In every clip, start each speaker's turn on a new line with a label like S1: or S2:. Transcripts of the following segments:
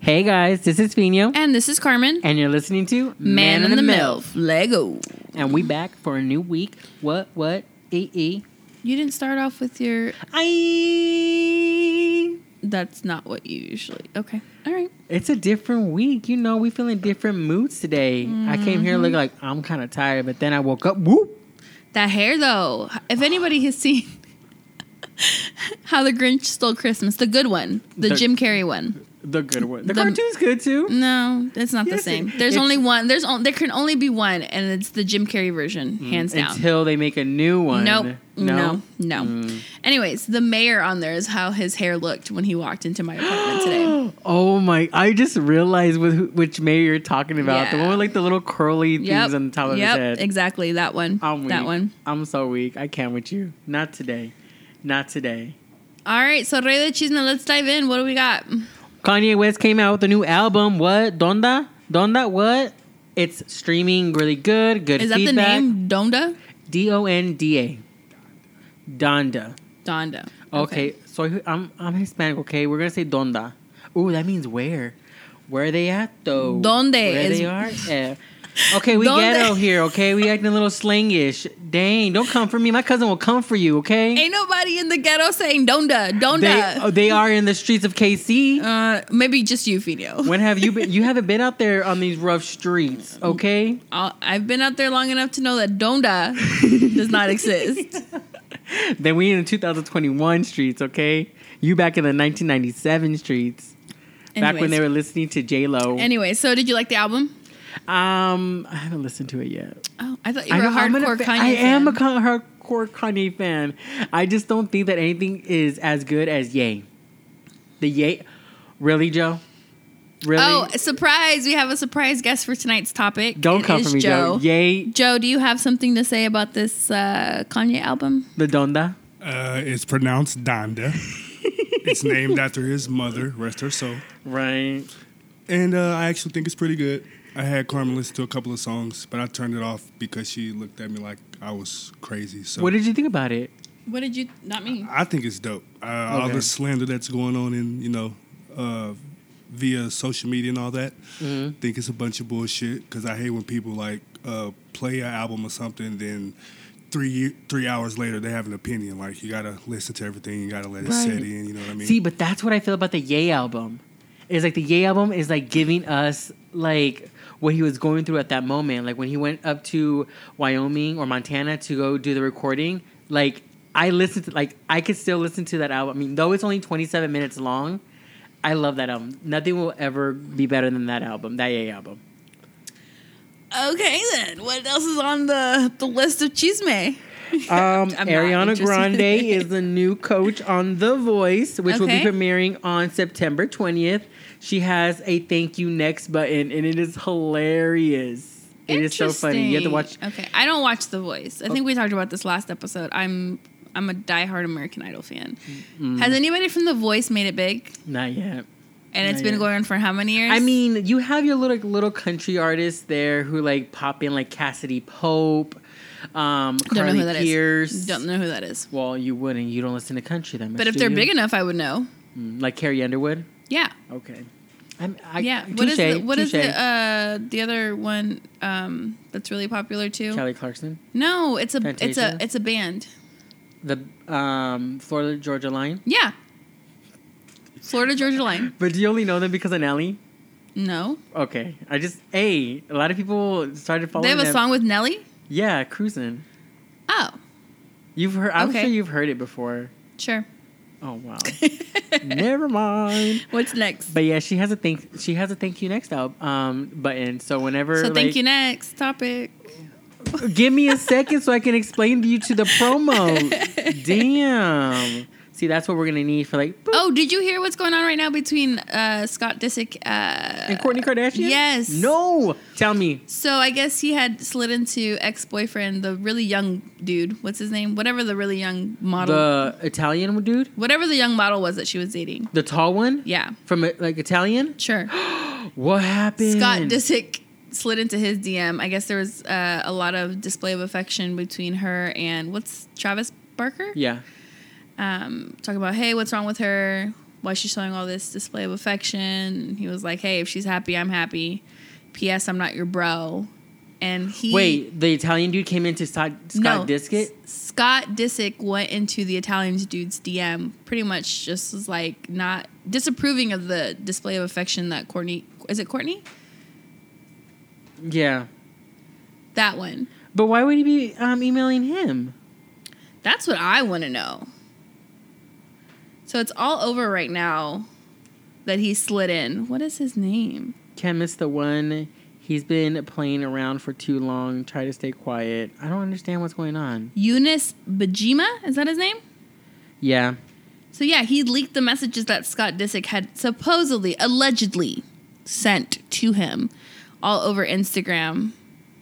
S1: Hey guys, this is Fino,
S2: And this is Carmen.
S1: and you're listening to
S2: Man, in the,
S1: Mill.
S2: MILF. Lego.
S1: And we back for a new week. What, what, ee, ee.
S2: You didn't start off with your.
S1: Aye.
S2: That's not what you usually. Okay. All right.
S1: It's a different week. You know, we feeling different moods today. I came
S2: Mm-hmm.
S1: here looking like I'm kind of tired, but then I woke up, whoop.
S2: That hair, though. If anybody has seen How the Grinch Stole Christmas, the good one, the,
S1: The-
S2: Jim Carrey one.
S1: The good one. The,
S2: The- Mm,
S1: cartoon's good too.
S2: No, it's not the
S1: Yes,
S2: same.
S1: it-
S2: There's
S1: it's-
S2: only one. There's on, There can only be one, and it's the Jim Carrey version, hands down.
S1: Until they make a new Mm, one.
S2: Nope. No.
S1: No. Mm.
S2: No. Anyways, the mayor on there is how his hair looked when he walked into my apartment today.
S1: Oh my! I just realized with who, which mayor you're talking about. The
S2: Yeah.
S1: one with like the little curly things
S2: Yep.
S1: on the top of
S2: yep.
S1: his head.
S2: Exactly. That one.
S1: I'm weak.
S2: that one.
S1: I'm so weak. I can't with you. Not today. Not today.
S2: All right, so Rey de Chisme, let's dive in. What do we got?
S1: Kanye West came out with a new album. What? Donda? Donda? What? It's streaming really good. Good
S2: Is that the
S1: feedback.
S2: name? Donda?
S1: D O N D A. Donda.
S2: Donda.
S1: Okay. So I- I'm I'm Hispanic. Okay, we're gonna say Donda. Ooh, that means where? Where they at though?
S2: Donde
S1: Where
S2: is-
S1: they are? Yeah. Okay, we
S2: Donde-
S1: ghetto here. Okay, we acting a little slangish. Dang, don't come for me. My cousin will come for you. Okay.
S2: Ain't nobody in the ghetto saying Donda,
S1: They,
S2: Donda.
S1: oh, they are in the streets of KC.
S2: uh, maybe just you, Fino.
S1: When have you been? You haven't been out there on these rough streets, okay?
S2: I'll- I've been out there long enough to know that Donda does not exist.
S1: Then we in the 2021 streets, okay? You back in the 1997 streets, back when
S2: Anyways.
S1: they were listening to J Lo.
S2: Anyway, so did you like the album?
S1: um, I haven't listened to it yet.
S2: Oh, I thought you
S1: I
S2: were a
S1: know- I'm an-
S2: hardcore Kanye.
S1: I am a
S2: fan.
S1: con- hardcore Kanye fan. I just don't think that anything is as good as Ye. The Ye, really, Joe? Really?
S2: Oh, surprise! We have a surprise guest for tonight's topic.
S1: don't
S2: It
S1: come
S2: is
S1: for me, Joe. Ye,
S2: Joe, do you have something to say about this uh, Kanye album?
S1: the Donda.
S3: Uh, it's pronounced Donda. it's named after his mother, rest her soul.
S1: Right.
S3: And uh, I actually think it's pretty good. I had Carmen listen to a couple of songs, but I turned it off because she looked at me like I was crazy. So
S1: What did you think about it?
S2: What did you? Not me.
S3: I think it's dope. Uh, All
S1: Okay.
S3: the slander that's going on in you know uh, via social media and all that.
S1: Mm-hmm.
S3: Think it's a bunch of bullshit because I hate when people like uh, play an album or something then. Three ye- three hours later, they have an opinion. Like you gotta listen to everything, you gotta let it set
S1: Right.
S3: in. You know what I mean?
S1: See, but that's what I feel about the Ye album. Is like the Ye album is like giving us like what he was going through at that moment. Like when he went up to Wyoming or Montana to go do the recording, like I listened to like I could still listen to that album. I mean, though it's only 27 minutes long, I love that album. Nothing will ever be better than that album, that Ye album.
S2: Okay then, what else is on the the list of chisme?
S1: Um,
S2: I'm not
S1: Ariana
S2: interested.
S1: Grande is the new coach on The Voice, which
S2: Okay.
S1: will be premiering on September 20th. She has a thank you next button, and it is hilarious. It is so funny. You have to watch.
S2: Interesting. Okay, I don't watch The Voice. I think we talked about this last episode. I'm I'm a diehard American Idol fan.
S1: Mm-hmm.
S2: Has anybody from The Voice made it big?
S1: Not yet.
S2: And it's
S1: Not
S2: been
S1: yet.
S2: going on for how many years?
S1: I mean, you have your little little country artists there who like pop in, like Cassidy Pope, um,
S2: don't know
S1: Carly
S2: who that is.
S1: Pierce.
S2: don't know who that is.
S1: Well, you wouldn't. You don't listen to country that much.
S2: But if
S1: do
S2: they're
S1: you?
S2: big enough, I would know.
S1: Mm, like Carrie Underwood.
S2: Yeah,
S1: Okay. I'm, I,
S2: yeah. What is
S1: touche,
S2: the, what is
S1: touche.
S2: the uh, the other one um, that's really popular too?
S1: Kelly Clarkson?
S2: No, it's a it's
S1: Fantasia?
S2: a it's a band.
S1: The um, Florida Georgia Line.
S2: Yeah, Florida Georgia Line.
S1: But do you only know them because of Nelly?
S2: No,
S1: Okay, I just a a lot of people started following.
S2: they have a
S1: them.
S2: song with Nelly.
S1: Yeah, cruising.
S2: Oh,
S1: You've heard. I'm
S2: Okay.
S1: sure you've heard it before.
S2: sure.
S1: Oh wow. Never mind.
S2: What's next?
S1: But yeah, she has a thank. She has a thank you next album um, button. So whenever,
S2: so
S1: like,
S2: thank you. Next topic.
S1: give me a second so I can explain to you to the promo. Damn. See, that's what we're gonna need for like. boop,
S2: Oh, did you hear what's going on right now between uh, Scott Disick? Uh,
S1: and Courtney Kardashian.
S2: yes.
S1: No. Tell me.
S2: so I guess he had slid into ex boyfriend, the really young dude. What's his name? Whatever the really young model.
S1: The Italian dude,
S2: whatever the young model was that she was dating.
S1: the tall one.
S2: Yeah,
S1: From like Italian?
S2: sure.
S1: What happened?
S2: Scott Disick slid into his DM. I guess there was uh, a lot of display of affection between her and what's Travis Barker?
S1: Yeah.
S2: Um, talking about, hey, what's wrong with her? why she's showing all this display of affection. And he was like, hey, if she's happy, I'm happy. P.S. I'm not your bro. And he
S1: Wait, the Italian dude came into Scott, Scott Discott?
S2: S- Scott Disick went into the Italian dude's DM, pretty much just was like not disapproving of the display of affection that Courtney is it Courtney
S1: Yeah.
S2: that one.
S1: But why would he be um, emailing him?
S2: That's what I want to know. So it's all over right now that he slid in. What is his name?
S1: Can't miss the one. He's been playing around for too long. Try to stay quiet. I don't understand what's going on.
S2: Eunice Bajima? Is that his name?
S1: Yeah.
S2: So yeah, he leaked the messages that Scott Disick had supposedly, allegedly sent to him all over Instagram.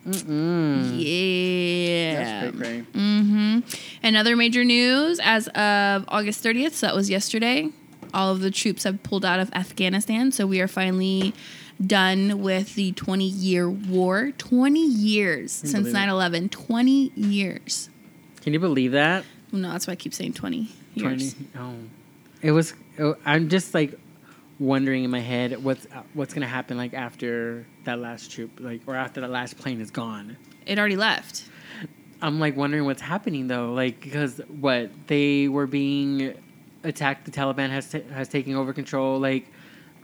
S1: Mm-mm.
S2: Yeah.
S1: Mm. That's cray cray.
S2: Mm-hmm. Another major news as of August 30th, so that was yesterday, all of the troops have pulled out of Afghanistan. So we are finally done with the 20 year war. 20 years since
S1: believe it.
S2: 9 11. 20 years.
S1: Can you believe that?
S2: No, that's why I keep saying 20 years.
S1: Oh. It was. oh, I'm just like wondering in my head what's what's gonna happen like after that last troop, like or after the last plane is gone.
S2: It already left.
S1: I'm like wondering what's happening though, like because what they were being attacked. The Taliban has ta- has taken over control. Like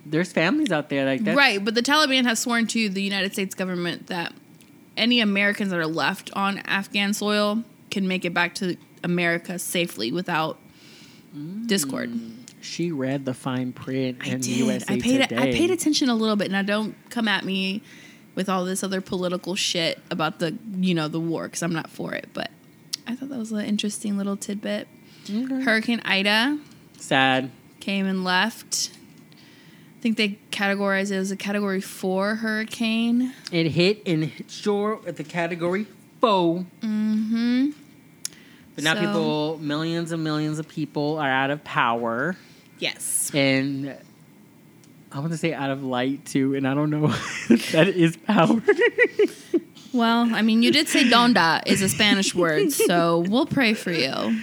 S1: there's families out there like that.
S2: Right, but the Taliban has sworn to the United States government that any Americans that are left on Afghan soil can make it back to America safely without discord.
S1: She read the fine print
S2: Mm. I
S1: in
S2: did.
S1: USA
S2: I paid
S1: Today.
S2: I paid attention a little bit. Now don't come at me with all this other political shit about the you know the war because I'm not for it. But I thought that was an interesting little tidbit.
S1: Okay.
S2: Hurricane Ida
S1: Mm-hmm. Sad.
S2: came and left. I think they categorized it as a Category Four hurricane.
S1: It hit and hit shore at the category four.
S2: Mm-hmm.
S1: But now
S2: So-
S1: people, millions and millions of people are out of power
S2: Yes.
S1: and I want to say out of light too, and I don't know if that is power.
S2: Well, I mean, you did say "donda" is a Spanish word, so we'll pray for you.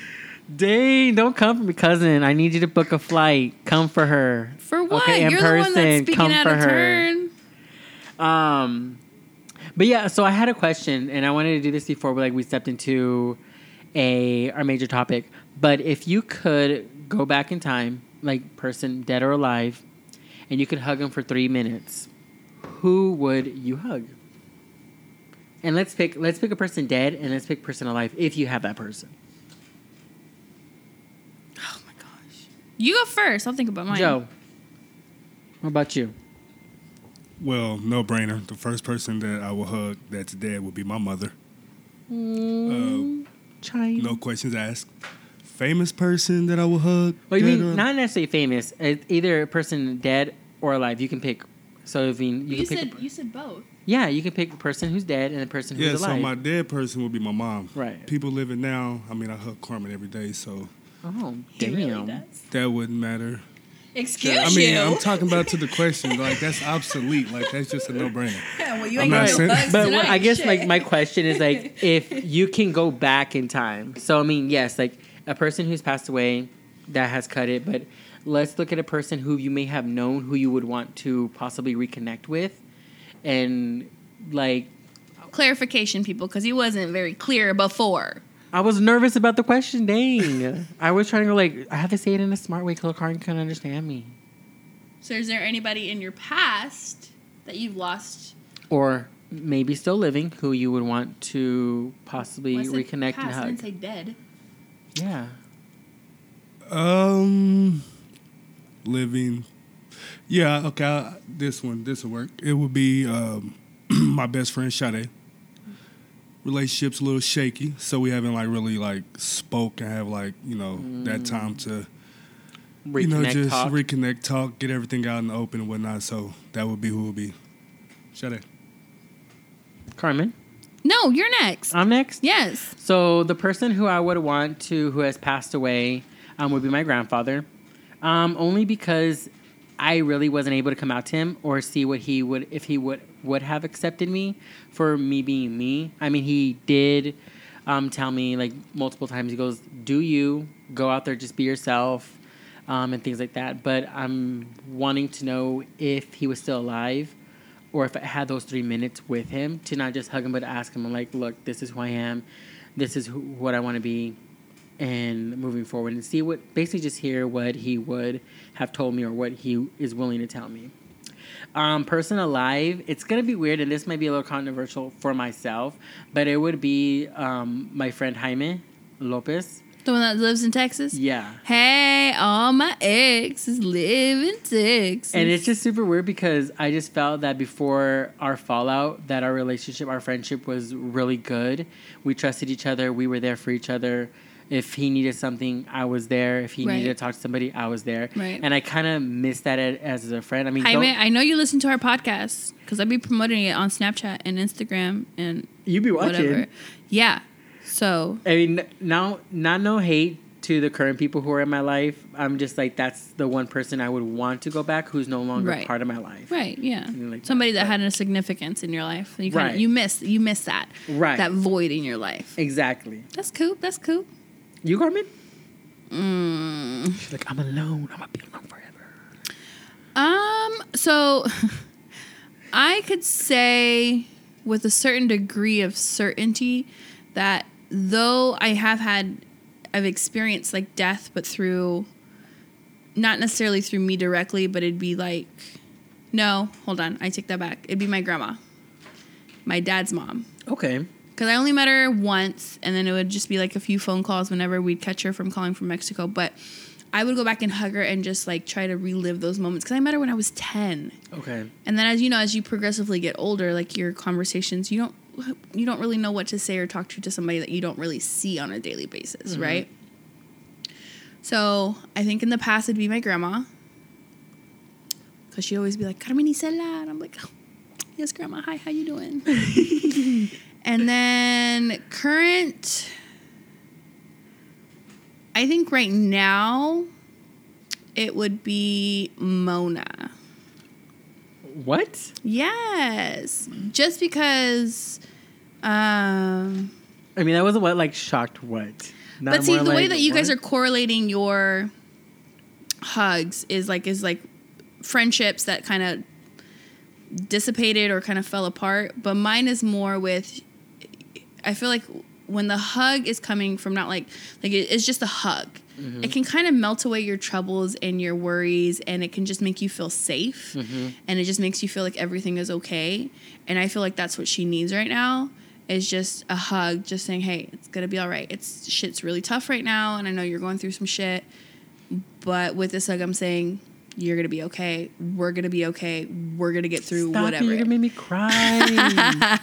S1: Dang, don't come for me, cousin. I need you to book a flight. Come for her.
S2: For what?
S1: Okay, in
S2: You're the one
S1: person,
S2: that's speaking
S1: come
S2: out
S1: for
S2: of
S1: her.
S2: turn.
S1: Um, but yeah, so I had a question, and I wanted to do this before, like we stepped into a our major topic. But if you could go back in time, like person dead or alive, and you could hug them for three minutes, who would you hug? And let's pick let's pick a person dead, and let's pick person alive if you have that person.
S2: Oh my gosh. You go first. I'll think about mine.
S1: Joe, how about you?
S3: Well, no brainer. The first person that I will hug that's dead would be my mother.
S1: Mm, China.
S3: No questions asked. Famous person that I will hug.
S1: Well, Oh, you
S3: dead
S1: mean
S3: or-
S1: not necessarily famous. It's either a person dead or alive. You can pick. So I mean, you,
S2: You,
S1: can
S2: said
S1: pick. a per-
S2: you said both.
S1: yeah, you can pick the person who's dead and the person who's
S3: Yeah, so
S1: alive.
S3: my dead person would be my mom.
S1: Right.
S3: People living now, I mean, I hug Carmen every day, so
S1: oh
S2: He
S1: damn!
S2: really does.
S3: that wouldn't matter.
S2: Excuse
S3: I mean,
S2: you.
S3: I'm talking about to the question. Like, that's obsolete. Like, that's just a no brainer.
S2: well, you ain't
S3: I'm not
S2: got no
S3: saying-
S2: bugs
S1: But
S2: tonight.
S1: what- I guess
S2: Shit.
S1: like my question is like if you can go back in time. So I mean, yes, like a person who's passed away that has cut it. But let's look at a person who you may have known who you would want to possibly reconnect with, and like
S2: clarification, people, because he wasn't very clear before.
S1: I was nervous about the question. Dang. I was trying to go like I have to say it in a smart way because Karin couldn't understand me.
S2: So, is there anybody in your past that you've lost?
S1: Or maybe still living, who you would want to possibly
S2: Well, I said
S1: reconnect and
S2: past, I
S1: hug.
S2: didn't say dead.
S1: yeah.
S3: Um, living. Yeah, okay. I, this one, this will work. It would be um, my best friend Sade. Relationship's a little shaky, so we haven't like really like spoke and have like you know that time to
S1: Reconnect
S3: you know just
S1: talk.
S3: reconnect, talk, get everything out in the open and whatnot. So that would be who would be Sade.
S1: Carmen,
S2: No, you're next.
S1: I'm next.
S2: yes.
S1: So the person who I would want to, who has passed away, um, would be my grandfather, um, only because I really wasn't able to come out to him or see what he would if he would would have accepted me for me being me. I mean, he did um, tell me like multiple times. He goes, "Do you go out there, just be yourself." um, and things like that. But I'm wanting to know if he was still alive or if I had those three minutes with him to not just hug him, but ask him, I'm like, look, this is who I am. This is who, what I want to be. And moving forward and see what, basically just hear what he would have told me or what he is willing to tell me. Um, person alive, it's going to be weird, and this might be a little controversial for myself, but it would be um, my friend Jaime Lopez.
S2: The one that lives in Texas?
S1: Yeah.
S2: Hey, all my exes live in Texas.
S1: And it's just super weird because I just felt that before our fallout, that our relationship, our friendship was really good. We trusted each other. We were there for each other. If he needed something, I was there. If he
S2: Right.
S1: needed to talk to somebody, I was there.
S2: Right.
S1: And I kind of miss that a- as a friend. I mean,
S2: Jaime,
S1: don't-
S2: I know you listen to our podcast because I'd be promoting it on Snapchat and Instagram and
S1: you be watching.
S2: whatever. Yeah. So
S1: I mean, now not no hate to the current people who are in my life. I'm just like that's the one person I would want to go back who's no longer
S2: Right.
S1: part of my life.
S2: right, yeah,
S1: like that,
S2: somebody that
S1: but-
S2: had a significance in your life. You kinda,
S1: Right.
S2: you miss you miss that
S1: Right.
S2: that void in your life.
S1: Exactly.
S2: That's cool. That's cool.
S1: You, Carmen? Mm. She's like, I'm alone. I'm gonna be alone forever.
S2: Um. So I could say with a certain degree of certainty that though I have had, I've experienced like death, but through not necessarily through me directly, but it'd be like, no, hold on, I take that back. It'd be my grandma, my dad's mom.
S1: Okay.
S2: Because I only met her once, and then it would just be like a few phone calls whenever we'd catch her from calling from Mexico. But I would go back and hug her and just like try to relive those moments. Because I met her when I was 10.
S1: Okay.
S2: And then, as you know, as you progressively get older, like your conversations, you don't you don't really know what to say or talk to to somebody that you don't really see on a daily basis, right? So I think in the past it'd be my grandma, because she'd always be like Carmenicela, and I'm like, "Oh, yes, grandma, hi, how you doing? and then current, I think right now, it would be Mona.
S1: What?
S2: Yes. Just because um
S1: I mean, that was a what like shocked what. Not
S2: but see
S1: more
S2: the way
S1: like,
S2: that you guys are
S1: what?
S2: correlating your hugs is like is like friendships that kind of dissipated or kind of fell apart, but mine is more with I feel like when the hug is coming from not like like it, it's just a hug. It can kind of melt away your troubles and your worries, and it can just make you feel safe, and it just makes you feel like everything is okay. And I feel like that's what she needs right now is just a hug, just saying, "Hey, it's gonna be all right. It's shit's really tough right now, and I know you're going through some shit, but with this hug, I'm saying." You're gonna be okay. We're gonna be okay. We're gonna get through
S1: Stop
S2: whatever.
S1: It, you're gonna make me cry.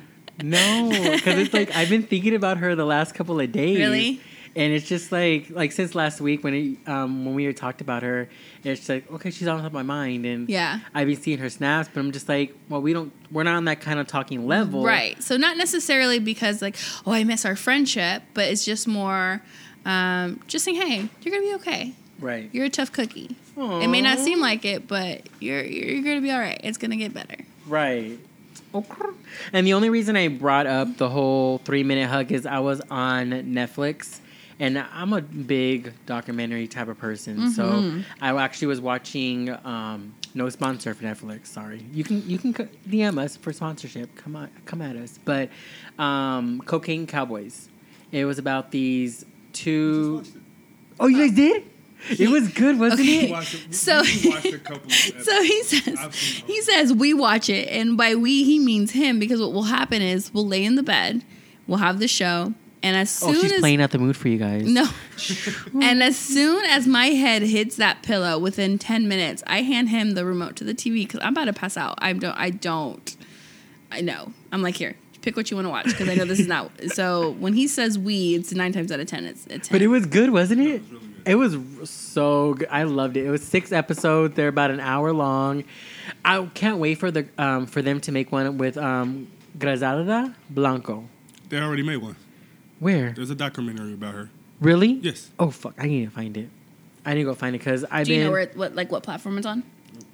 S1: no, because it's like I've been thinking about her the last couple of days.
S2: Really?
S1: And it's just like like since last week when it, um when we had talked about her, it's like okay, she's on top of my mind, and
S2: Yeah.
S1: I've been seeing her snaps, but I'm just like, well, we don't, we're not on that kind of talking level,
S2: Right. So not necessarily because like, oh, I miss our friendship, but it's just more um, just saying, hey, you're gonna be okay.
S1: Right.
S2: You're a tough cookie. It may not seem like it, but you're you're gonna be all right. It's gonna get better.
S1: Right. And the only reason I brought up the whole three minute hug is I was on Netflix and I'm a big documentary type of person. So I actually was watching um, no sponsor for Netflix, sorry. You can you can co- DM us for sponsorship. Come on come at us. But um, Cocaine Cowboys. It was about these two Oh, you guys did? It was good, wasn't
S2: Okay.
S1: it?
S3: Watched it-
S2: So-
S3: we watched a couple of
S2: So he says
S3: I've seen
S2: he says we watch it, and by we he means him because what will happen is we'll lay in the bed, we'll have the show, and as
S1: Oh,
S2: soon
S1: she's
S2: as
S1: playing out the mood for you guys.
S2: No. and as soon as my head hits that pillow, within ten minutes, I hand him the remote to the TV because I'm about to pass out. I don't. I don't. I know. I'm like, here, pick what you want to watch because I know this is not. so when he says we, it's nine times out of ten. It's, it's
S1: But it
S2: him.
S1: was good, wasn't it?
S3: was really good.
S1: It was r- so good. I loved it. It was six episodes. They're about an hour long. I can't wait for the um, for them to make one with um, Grazalda Blanco.
S3: They already made one.
S1: Where
S3: There's a documentary about her.
S1: really?
S3: Yes.
S1: Oh fuck! I need to find it. I need to go find it because I've
S2: Do you
S1: been
S2: know where it, what like what platform it's on?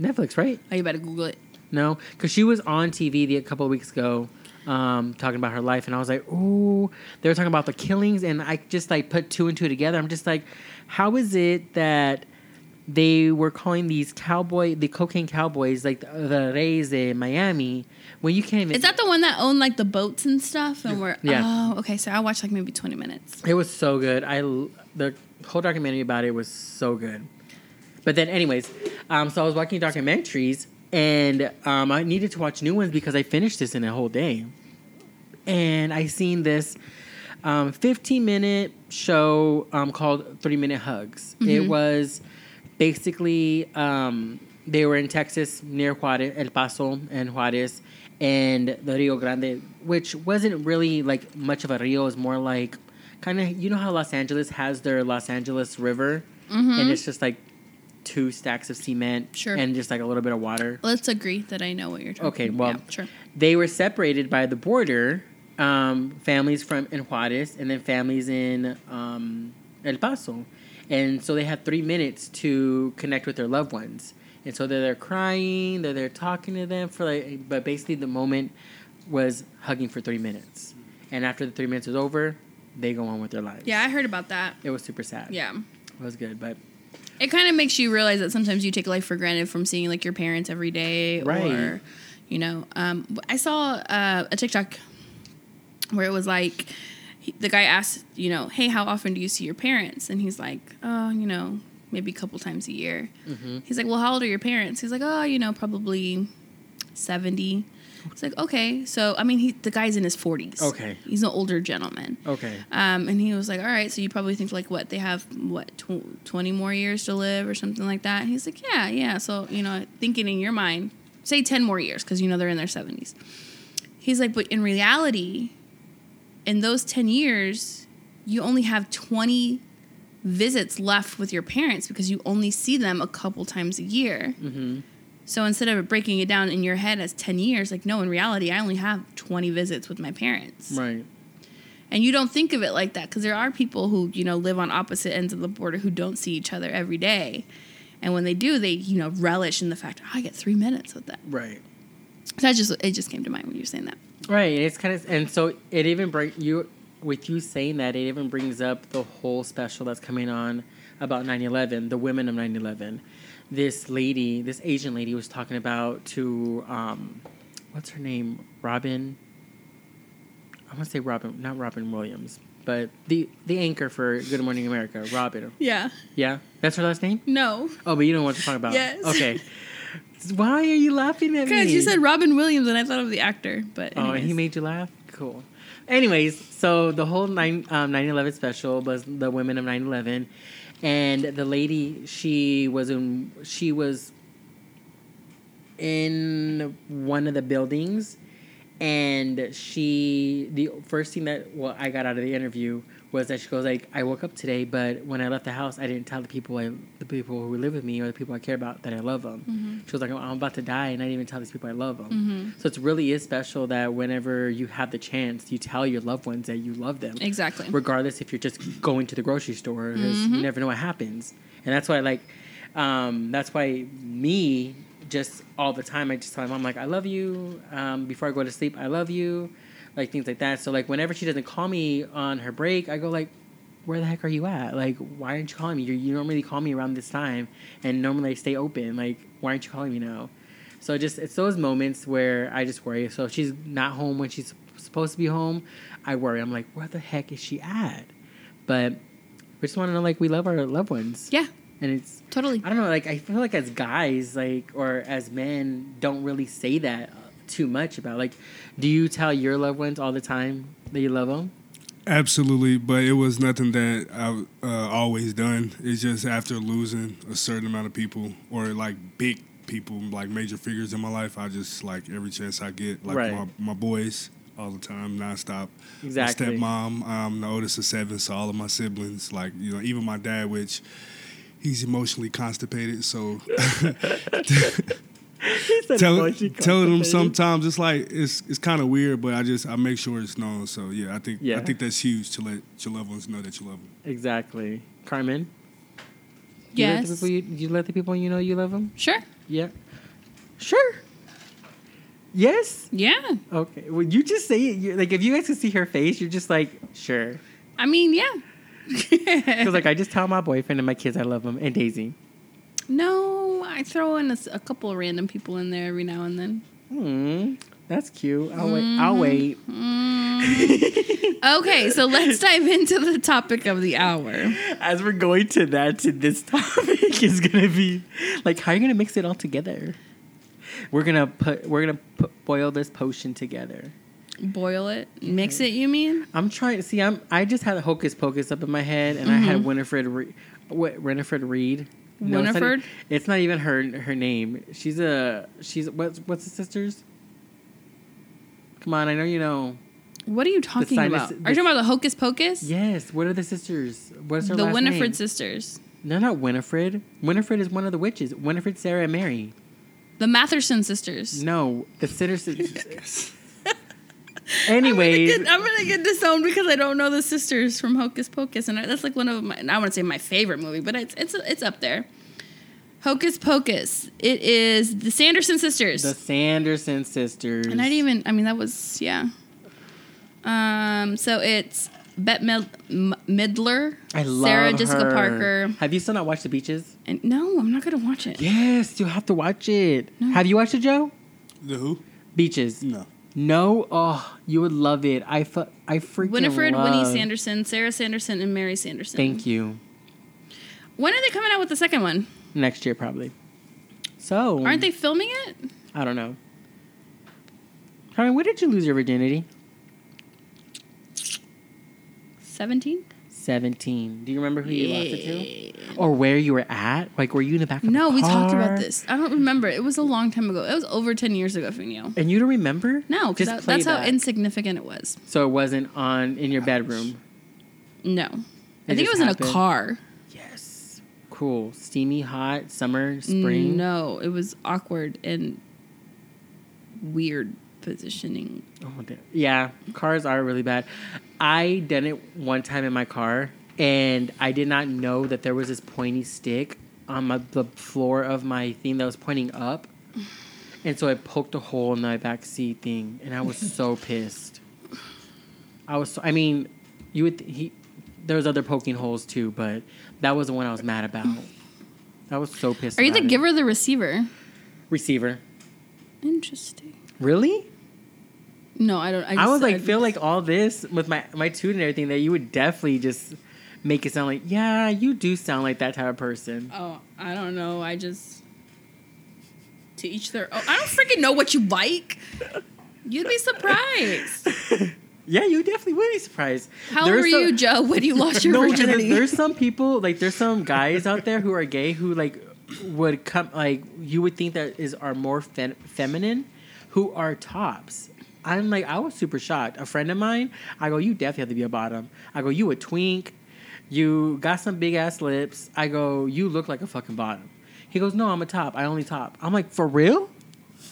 S1: Netflix, right?
S2: Oh, you better Google it.
S1: No, because she was on TV the, a couple of weeks ago, um, talking about her life, and I was like, "Ooh!" They were talking about the killings, and I just like put two and two together. I'm just like, "How is it that they were calling these cowboy, the cocaine cowboys, like the, the Reyes de Miami. When you came,
S2: Is that the one that owned like the boats and stuff? And we're
S1: Yeah.
S2: oh okay. So I watched like maybe twenty minutes.
S1: It was so good. I l- the whole documentary about it was so good. But then, anyways, um, so I was watching documentaries, and um, I needed to watch new ones because I finished this in a whole day. And I seen this um, 15 minute show um, called Three Minute Hugs. It was basically um, they were in Texas near Juarez, El Paso, and Juarez, and the Rio Grande, which wasn't really like much of a rio. It was more like kind of you know how Los Angeles has their Los Angeles River, and it's just like two stacks of cement
S2: Sure.
S1: and just like a little bit of water.
S2: Let's agree that I know what you're talking.
S1: Okay,
S2: about.
S1: well,
S2: Yeah, sure.
S1: they were separated by the border. Um, families from in Juarez and then families in um, El Paso, and so they had three minutes to connect with their loved ones. And so they're there crying, they're there talking to them for like, but basically the moment was hugging for three minutes, and after the three minutes is over, they go on with their lives.
S2: Yeah, I heard about that.
S1: it was super sad.
S2: Yeah.
S1: it was good, but
S2: It kind of makes you realize that sometimes you take life for granted from seeing like your parents every day
S1: Right.
S2: or you know, um I saw uh, a TikTok where it was like he- the guy asked, you know, "Hey, how often do you see your parents?" and he's like, "Oh, you know, maybe a couple times a year."
S1: Mm-hmm.
S2: He's like, "Well, how old are your parents?" He's like, "Oh, you know, probably 70." It's like, "Okay." So, I mean, he the guy's in his 40s.
S1: Okay.
S2: He's an older gentleman.
S1: okay,
S2: Um, and he was like, "All right, so you probably think like what they have what tw- twenty more years to live or something like that." And he's like, "Yeah, yeah." So you know, thinking in your mind, say ten more years because you know they're in their seventies. He's like, "But in reality, in those ten years, you only have twenty visits left with your parents because you only see them a couple times a year." So instead of breaking it down in your head as ten years, like no, in reality, I only have twenty visits with my parents.
S1: right,
S2: And you don't think of it like that because there are people who, you know, live on opposite ends of the border who don't see each other every day. And when they do, they, you know, relish in the fact, oh, I get three minutes with that.
S1: right.
S2: So that just, it just came to mind when you were saying that.
S1: Right, and it's kind of and so it even bring you with you saying that it even brings up the whole special that's coming on about 9/11, the women of 9/11. This lady, this Asian lady was talking about to um what's her name? Robin I want to say Robin, not Robin Williams, but the the anchor for Good Morning America, Robin.
S2: Yeah.
S1: Yeah. That's her last name?
S2: No.
S1: Oh, but you don't want to talk about.
S2: Yes.
S1: Okay. Why are you laughing at me?
S2: Because you said Robin Williams and I thought of the actor. But,
S1: Oh, and he
S2: anyways.
S1: made you laugh? Cool. Anyways, so the whole 9 um, 11 special was the women of 9 11. And the lady, she was in, she was in one of the buildings. And she, the first thing that well, I got out of the interview was that she goes like, I woke up today, but when I left the house, I didn't tell the people I, the people who live with me or the people I care about that I love them. She was like, I'm about to die, and I didn't even tell these people I love them. So it really is special that whenever you have the chance, you tell your loved ones that you love them
S2: Exactly.
S1: regardless if you're just going to the grocery store because you never know what happens and that's why like um, that's why me just all the time i just tell my mom like i love you um, before i go to sleep i love you like things like that so like whenever she doesn't call me on her break i go like where the heck are you at like why aren't you calling me you you normally call me around this time and normally i stay open like why aren't you calling me now so just it's those moments where I just worry. So if she's not home when she's supposed to be home, I worry. I'm like, where the heck is she at? But we just want to know, like, we love our loved ones.
S2: yeah,
S1: And it's
S2: totally.
S1: I don't know. Like I feel like as guys, like or as men, don't really say that uh, too much about. Like, do you tell your loved ones all the time that you love them?
S3: Absolutely, but it was nothing that I uh, always done. It's just after losing a certain amount of people or like big people, like major figures in my life, I just like every chance I get, like
S1: Right.
S3: my, my boys all the time, nonstop.
S1: Exactly.
S3: My stepmom, I'm the oldest of seven, so all of my siblings, like you know, even my dad, which he's emotionally constipated, so tell, telling them sometimes it's like it's it's kind of weird, but I just I make sure it's known. So yeah, I think
S1: Yeah.
S3: I think that's huge to let your loved ones know that you love them.
S1: Exactly, Carmen. You let the
S2: Yes.
S1: people you, you let the people you know you love them.
S2: Sure.
S1: Yeah. Sure. Yes.
S2: Yeah.
S1: Okay. Well, you just say it. You're, like, if you guys can see her face, you're just like, sure.
S2: I mean, yeah.
S1: Because, like, I just tell my boyfriend and my kids I love them and Daisy.
S2: No, I throw in a, s- a couple of random people in there every now and then.
S1: Hmm. That's cute. I'll wait. I'll wait.
S2: Okay, so let's dive into the topic of the hour.
S1: As we're going to that, to this topic is gonna be like, how are you gonna mix it all together? We're gonna put. We're gonna put, boil this potion together.
S2: Boil it, mix it. You mean?
S1: I'm trying. See, I'm. I just had Hocus Pocus up in my head, and I had
S2: Mm-hmm.
S1: Winifred. Re, what Winifred Reed? it's not e-
S2: Winifred?
S1: It's not, even her her name. She's a. She's what's what's the sisters? Come on, I know you know.
S2: What are you talking
S1: sinus-
S2: about?
S1: the-
S2: are you talking about the Hocus Pocus?
S1: Yes. What are the sisters? What's her
S2: the
S1: last
S2: Winifred
S1: name?
S2: sisters,
S1: No, not Winifred. Winifred is one of the witches. Winifred, Sarah, and Mary.
S2: the Matherson sisters.
S1: No, the sisters.
S2: I'm
S1: Anyways,
S2: gonna, get, I'm gonna get disowned because I don't know the sisters from Hocus Pocus, and I, that's like one of my. I want to say my favorite movie, but it's it's it's up there. Hocus Pocus. It is the Sanderson sisters,
S1: the Sanderson sisters.
S2: and I didn't even. I mean, that was yeah. Um. So it's Bette Mid- M- Midler,
S1: I love
S2: Sarah Jessica
S1: her.
S2: Parker,
S1: Have you still not watched The Beaches?
S2: and no, I'm not gonna watch it.
S1: Yes, you have to watch it. Have you watched it, Joe?
S3: The who?
S1: Beaches.
S3: No.
S1: No, oh, you would love it. I fu- I freaking
S2: Winifred, Winnie
S1: love-
S2: Sanderson, Sarah Sanderson, and Mary Sanderson.
S1: Thank you.
S2: When are they coming out with the second one?
S1: Next year probably. So
S2: Aren't they filming it?
S1: I don't know. Carmen, when did you lose your virginity?
S2: 17?
S1: Seventeen. Do you remember who you lost it to, or where you were at? Like, were you in the back? Of
S2: No,
S1: the
S2: we talked
S1: car?
S2: about this. I don't remember. It was a long time ago. It was over 10 years ago, Finio.
S1: And you don't remember?
S2: No, because
S1: Just
S2: that,
S1: play
S2: that's how
S1: that.
S2: insignificant it was.
S1: so it wasn't on in your bedroom.
S2: No. I
S1: It
S2: think it
S1: just
S2: was in
S1: happened.
S2: a car.
S1: Yes. Cool. Steamy, hot, summer,
S2: Mm,
S1: spring.
S2: No, it was awkward and weird positioning.
S1: Oh, damn. yeah, cars are really bad. I done it one time in my car, and I did not know that there was this pointy stick on my, the floor of my thing that was pointing up, and so I poked a hole in my back seat thing, and I was so pissed. I was, so, I mean, you would th- he. There was other poking holes too, but that was the one I was mad about. I was so pissed.
S2: Are you
S1: about
S2: the
S1: it.
S2: giver or the receiver?
S1: receiver?
S2: Interesting.
S1: Really?
S2: No, I don't. I,
S1: I
S2: just-
S1: was like,
S2: I-
S1: feel like all this with my my tune and everything that you would definitely just make it sound like, yeah, you do sound like that type of person.
S2: Oh, I don't know. I just. To each their own. I don't freaking know what you like. You'd be surprised.
S1: Yeah, you definitely would be surprised.
S2: How
S1: There
S2: old
S1: are
S2: were
S1: some-
S2: you, Joe, when you lost your
S1: No, there-
S2: virginity?
S1: There's some people like there's some guys out there who are gay who like would come like you would think that is are more fe- feminine, who are tops. I'm like I was super shocked. A friend of mine, I go, you definitely have to be a bottom. I go, you a twink, you got some big ass lips. I go, you look like a fucking bottom. He goes, no, I'm a top. I only top. I'm like, for real?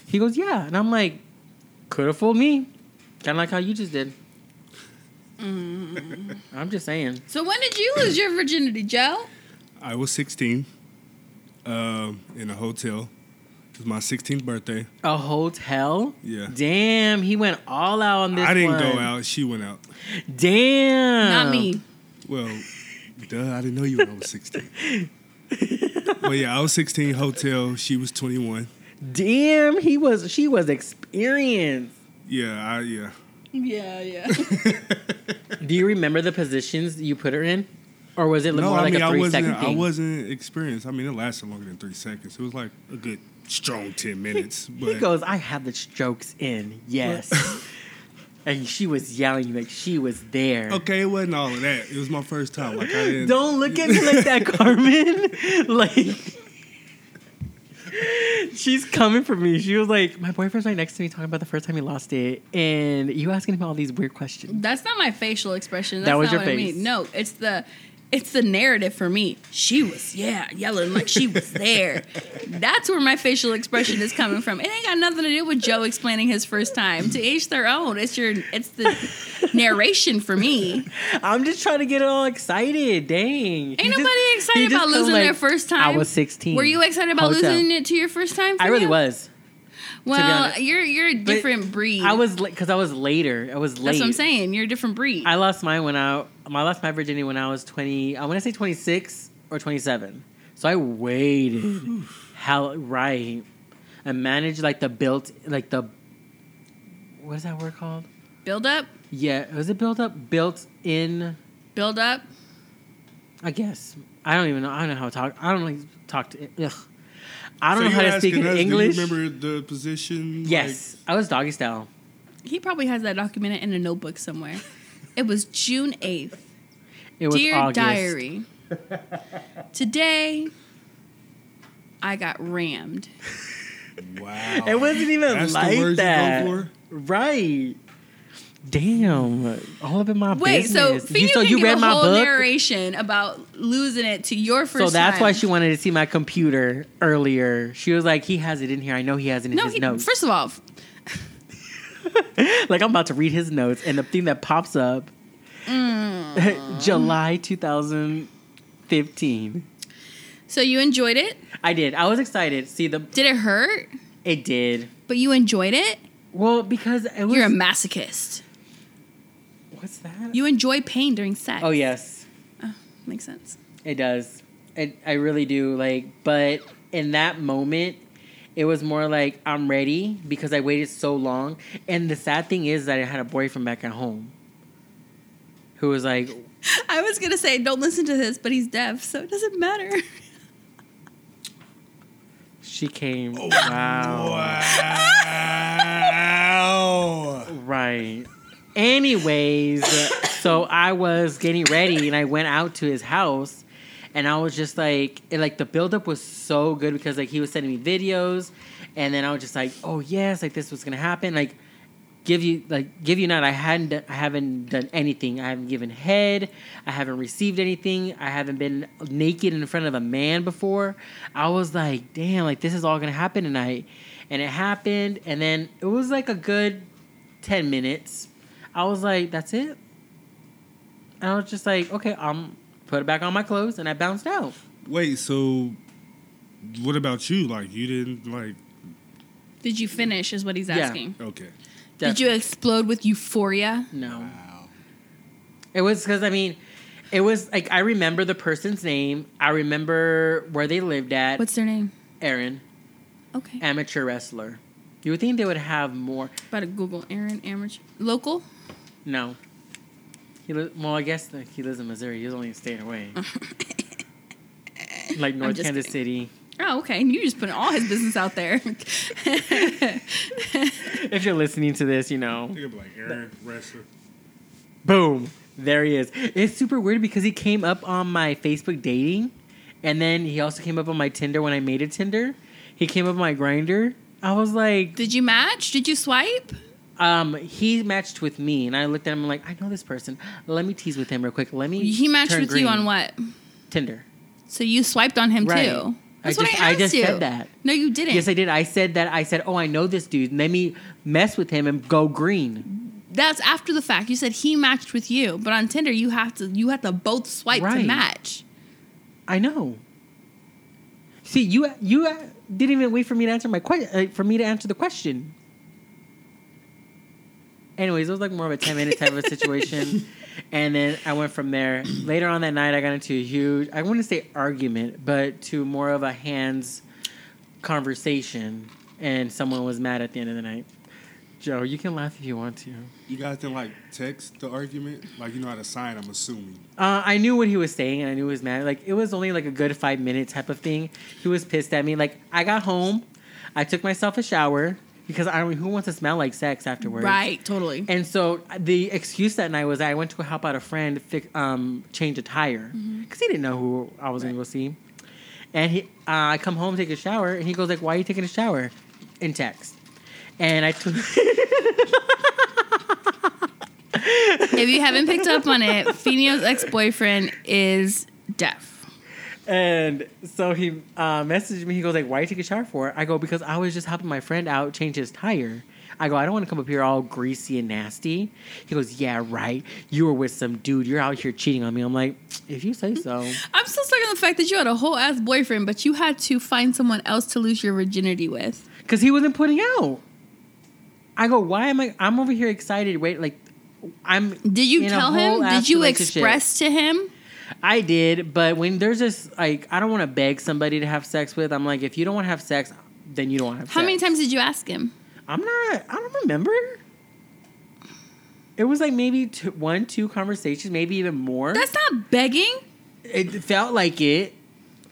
S1: He goes, yeah, and I'm like, could have fooled me, kind of like how you just did.
S2: Mm.
S1: I'm just saying.
S2: So when did you lose your virginity, Joe?
S3: I was 16 um, in a hotel. It was my 16th birthday.
S1: A hotel?
S3: Yeah.
S1: Damn, he went all out on this.
S3: I didn't
S1: one.
S3: go out. She went out.
S1: Damn.
S2: Not me.
S3: Well, duh, I didn't know you when I was 16. but yeah, I was 16, hotel. She was 21.
S1: Damn, he was. She was experienced.
S3: Yeah, I, yeah.
S2: Yeah, yeah.
S1: Do you remember the positions you put her in, or was it more like a
S3: I
S1: three
S3: wasn't.
S1: second
S3: I
S1: thing?
S3: wasn't experienced. I mean, it lasted longer than three seconds. It was like a good strong ten minutes.
S1: he
S3: But
S1: goes, I have the strokes in. Yes. and she was yelling like she was there.
S3: okay, it wasn't all of that. It was my first time. Like I didn't.
S1: Don't look at me like that, Carmen. like she's coming for me. She was like, My boyfriend's right next to me talking about the first time he lost it, and you asking him all these weird questions.
S2: That's not my facial expression. That's
S1: That was
S2: not
S1: your
S2: what I
S1: face.
S2: mean. No, it's the it's the narrative for me. She was, yeah, yelling like she was there. That's where my facial expression is coming from. It ain't got nothing to do with Joe explaining his first time. To each their own. It's your it's the narration for me.
S1: I'm just trying to get all excited. Dang.
S2: Ain't nobody excited about losing their first time.
S1: I was 16.
S2: Were you excited about
S1: Hotel.
S2: losing it to your first time?
S1: I really
S2: Fabio?
S1: was.
S2: Well,
S1: honest.
S2: you're you're a different breed.
S1: I was late because I was later. I was late.
S2: That's what I'm saying. You're a different breed.
S1: I lost mine when I, I lost my virginity when I was 20. I want to say 26 or 27. So I waited. How right? I managed like the built like the what is that word called?
S2: Build up,
S1: Yeah, was it built up? Built in?
S2: build up.
S1: I guess I don't even know. I don't know how to talk. I don't really talk to. Ugh. I don't
S3: So
S1: know how
S3: you're
S1: to speak
S3: asking
S1: in
S3: us,
S1: English.
S3: Do you remember the position?
S1: yes, I was doggy style.
S2: He probably has that documented in a notebook somewhere. It was June eighth.
S1: It was
S2: Dear
S1: August.
S2: diary, today I got rammed.
S3: Like, wow.
S1: It wasn't even
S3: That's the
S1: like
S3: words you go
S1: that.
S3: for?
S1: Right. Damn. All up in my
S2: Wait,
S1: business.
S2: so Fee you, can give a whole narration about losing it to your first.
S1: So that's why
S2: time.
S1: she wanted to see my computer earlier. She was like, "He has it in here. I know he has it in
S2: No,
S1: his
S2: he,
S1: notes."
S2: first of all, f-
S1: like I'm about to read his notes, and the thing that pops up, July 2015.
S2: so you enjoyed it.
S1: I did. I was excited. See the
S2: Did it hurt?
S1: it did.
S2: But you enjoyed it.
S1: Well, because it was
S2: You're a masochist.
S1: what's that?
S2: You enjoy pain during sex.
S1: oh yes,
S2: makes sense.
S1: it does. It, I really do. Like, but in that moment, it was more like I'm ready because I waited so long. And the sad thing is that I had a boyfriend back at home, who was like,
S2: I was gonna say don't listen to this, but he's deaf, so it doesn't matter.
S1: "She came. wow.
S3: Wow.
S1: Right. Anyways, so I was getting ready and I went out to his house and I was just like and like the buildup was so good because like he was sending me videos and then I was just like, Oh yes, like this was gonna happen. Like give you like give you not I hadn't done, I haven't done anything. I haven't given head, I haven't received anything, I haven't been naked in front of a man before. I was like, damn, like this is all gonna happen tonight. And it happened and then it was like a good 10 minutes. I was like, that's it. And I was just like, okay, I'm put it back on my clothes and I bounced out.
S3: Wait, so what about you? Like you didn't like
S2: Did you finish? Is what he's
S1: Yeah.
S2: asking.
S3: okay.
S2: Did you explode with euphoria?
S1: No. It was because, I mean, it was like, I remember the person's name. I remember where they lived at.
S2: What's their name?
S1: Aaron,
S2: Okay.
S1: amateur wrestler. You would think they would have more.
S2: About to Google Aaron Amateur local.
S1: No. He li- well, I guess like, he lives in Missouri. He's only a state away.
S2: Oh,
S1: like North
S2: just
S1: Kansas City.
S2: kidding. Oh, okay. And you just putting all his business out there.
S1: If you're listening to this, you know.
S3: I think I'm like Aaron Wrestler.
S1: Boom. There he is. It's super weird because he came up on my Facebook dating and then he also came up on my Tinder when I made a Tinder. He came up on my grinder. I was like,
S2: Did you match? Did you swipe?
S1: um, he matched with me and I looked at him like, I know this person. Let me tease with him real quick. Let me
S2: He matched
S1: turn
S2: with
S1: green."
S2: you on what?
S1: Tinder.
S2: So you swiped on him
S1: Right.
S2: too.
S1: I
S2: That's what
S1: just-
S2: I
S1: I
S2: asked
S1: just
S2: you.
S1: said that.
S2: No, you didn't.
S1: Yes, I did. I said that I said, Oh, I know this dude. Let me mess with him and go green.
S2: That's after the fact. You said he matched with you, but on Tinder you have to you have to both swipe
S1: Right.
S2: to match.
S1: I know. See, you you uh, didn't even wait for me to answer my question. Uh, for me to answer the question. Anyways, it was like more of a ten minute type of situation, and then I went from there. Later on that night, I got into a huge I want to say argument, but to more of a hands conversation, and someone was mad at the end of the night. Joe, you can laugh if you want to.
S3: You guys didn't like text the argument? Like you know how to sign, I'm assuming.
S1: Uh, I knew what he was saying, and I knew he was mad. Like it was only like a good five minute type of thing. He was pissed at me. Like I got home, I took myself a shower because I don't. Who wants to smell like sex afterwards?
S2: Right, totally.
S1: And so uh, the excuse that night was I went to help out a friend fix, um, change a tire because he didn't know who I was going to go see. And he, uh, I come home, take a shower, and he goes like, "Why are you taking a shower?" In text, and I took.
S2: if you haven't picked up on it, Finio's ex boyfriend is deaf.
S1: And so he uh, messaged me. He goes like, "Why you take a shower for?" I go because I was just helping my friend out change his tire. I go, "I don't want to come up here all greasy and nasty." He goes, "Yeah, right. You were with some dude. You're out here cheating on me." I'm like, "If you say so."
S2: I'm still stuck on the fact that you had a whole ass boyfriend, but you had to find someone else to lose your virginity with.
S1: because he wasn't putting out. I go, why am I? I'm over here excited. Wait, like, I'm.
S2: Did you
S1: in a
S2: tell him?
S1: whole ass
S2: Did you
S1: relationship."
S2: express to him?
S1: I did, but when there's this, like, I don't want to beg somebody to have sex with. I'm like, if you don't want to have sex, then you don't want to have
S2: How
S1: sex.
S2: many times did you ask him?
S1: I'm not, I don't remember. It was like maybe two, one, two conversations, maybe even more.
S2: That's not begging.
S1: it felt like it.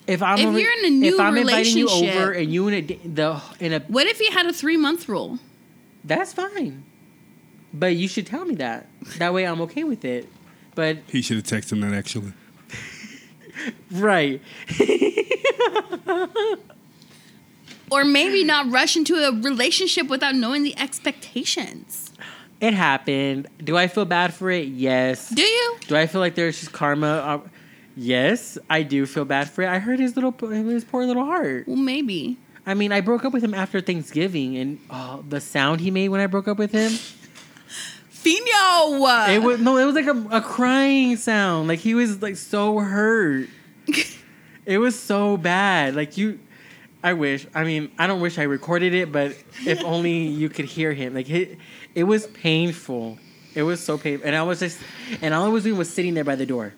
S1: If I'm
S2: If
S1: over-
S2: you're in a new
S1: if I'm inviting you
S2: relationship-
S1: over and you in a d- the in a
S2: What if he had a three month rule?
S1: that's fine, but you should tell me that. That way, I'm okay with it. But
S3: He should have texted him that actually.
S1: right,
S2: Or maybe not rush into a relationship without knowing the expectations.
S1: it happened. Do I feel bad for it? Yes.
S2: Do you?
S1: Do I feel like there's just karma? Uh, yes, I do feel bad for it. I hurt his little, his poor little heart.
S2: Well, maybe.
S1: I mean, I broke up with him after Thanksgiving, and oh, the sound he made when I broke up with him,
S2: Fino!
S1: it was no, it was like a, a crying sound. Like he was like so hurt. It was so bad. Like you, I wish. I mean, I don't wish I recorded it, but if only you could hear him. Like it, it was painful. It was so painful, and I was just, and all I was doing was sitting there by the door.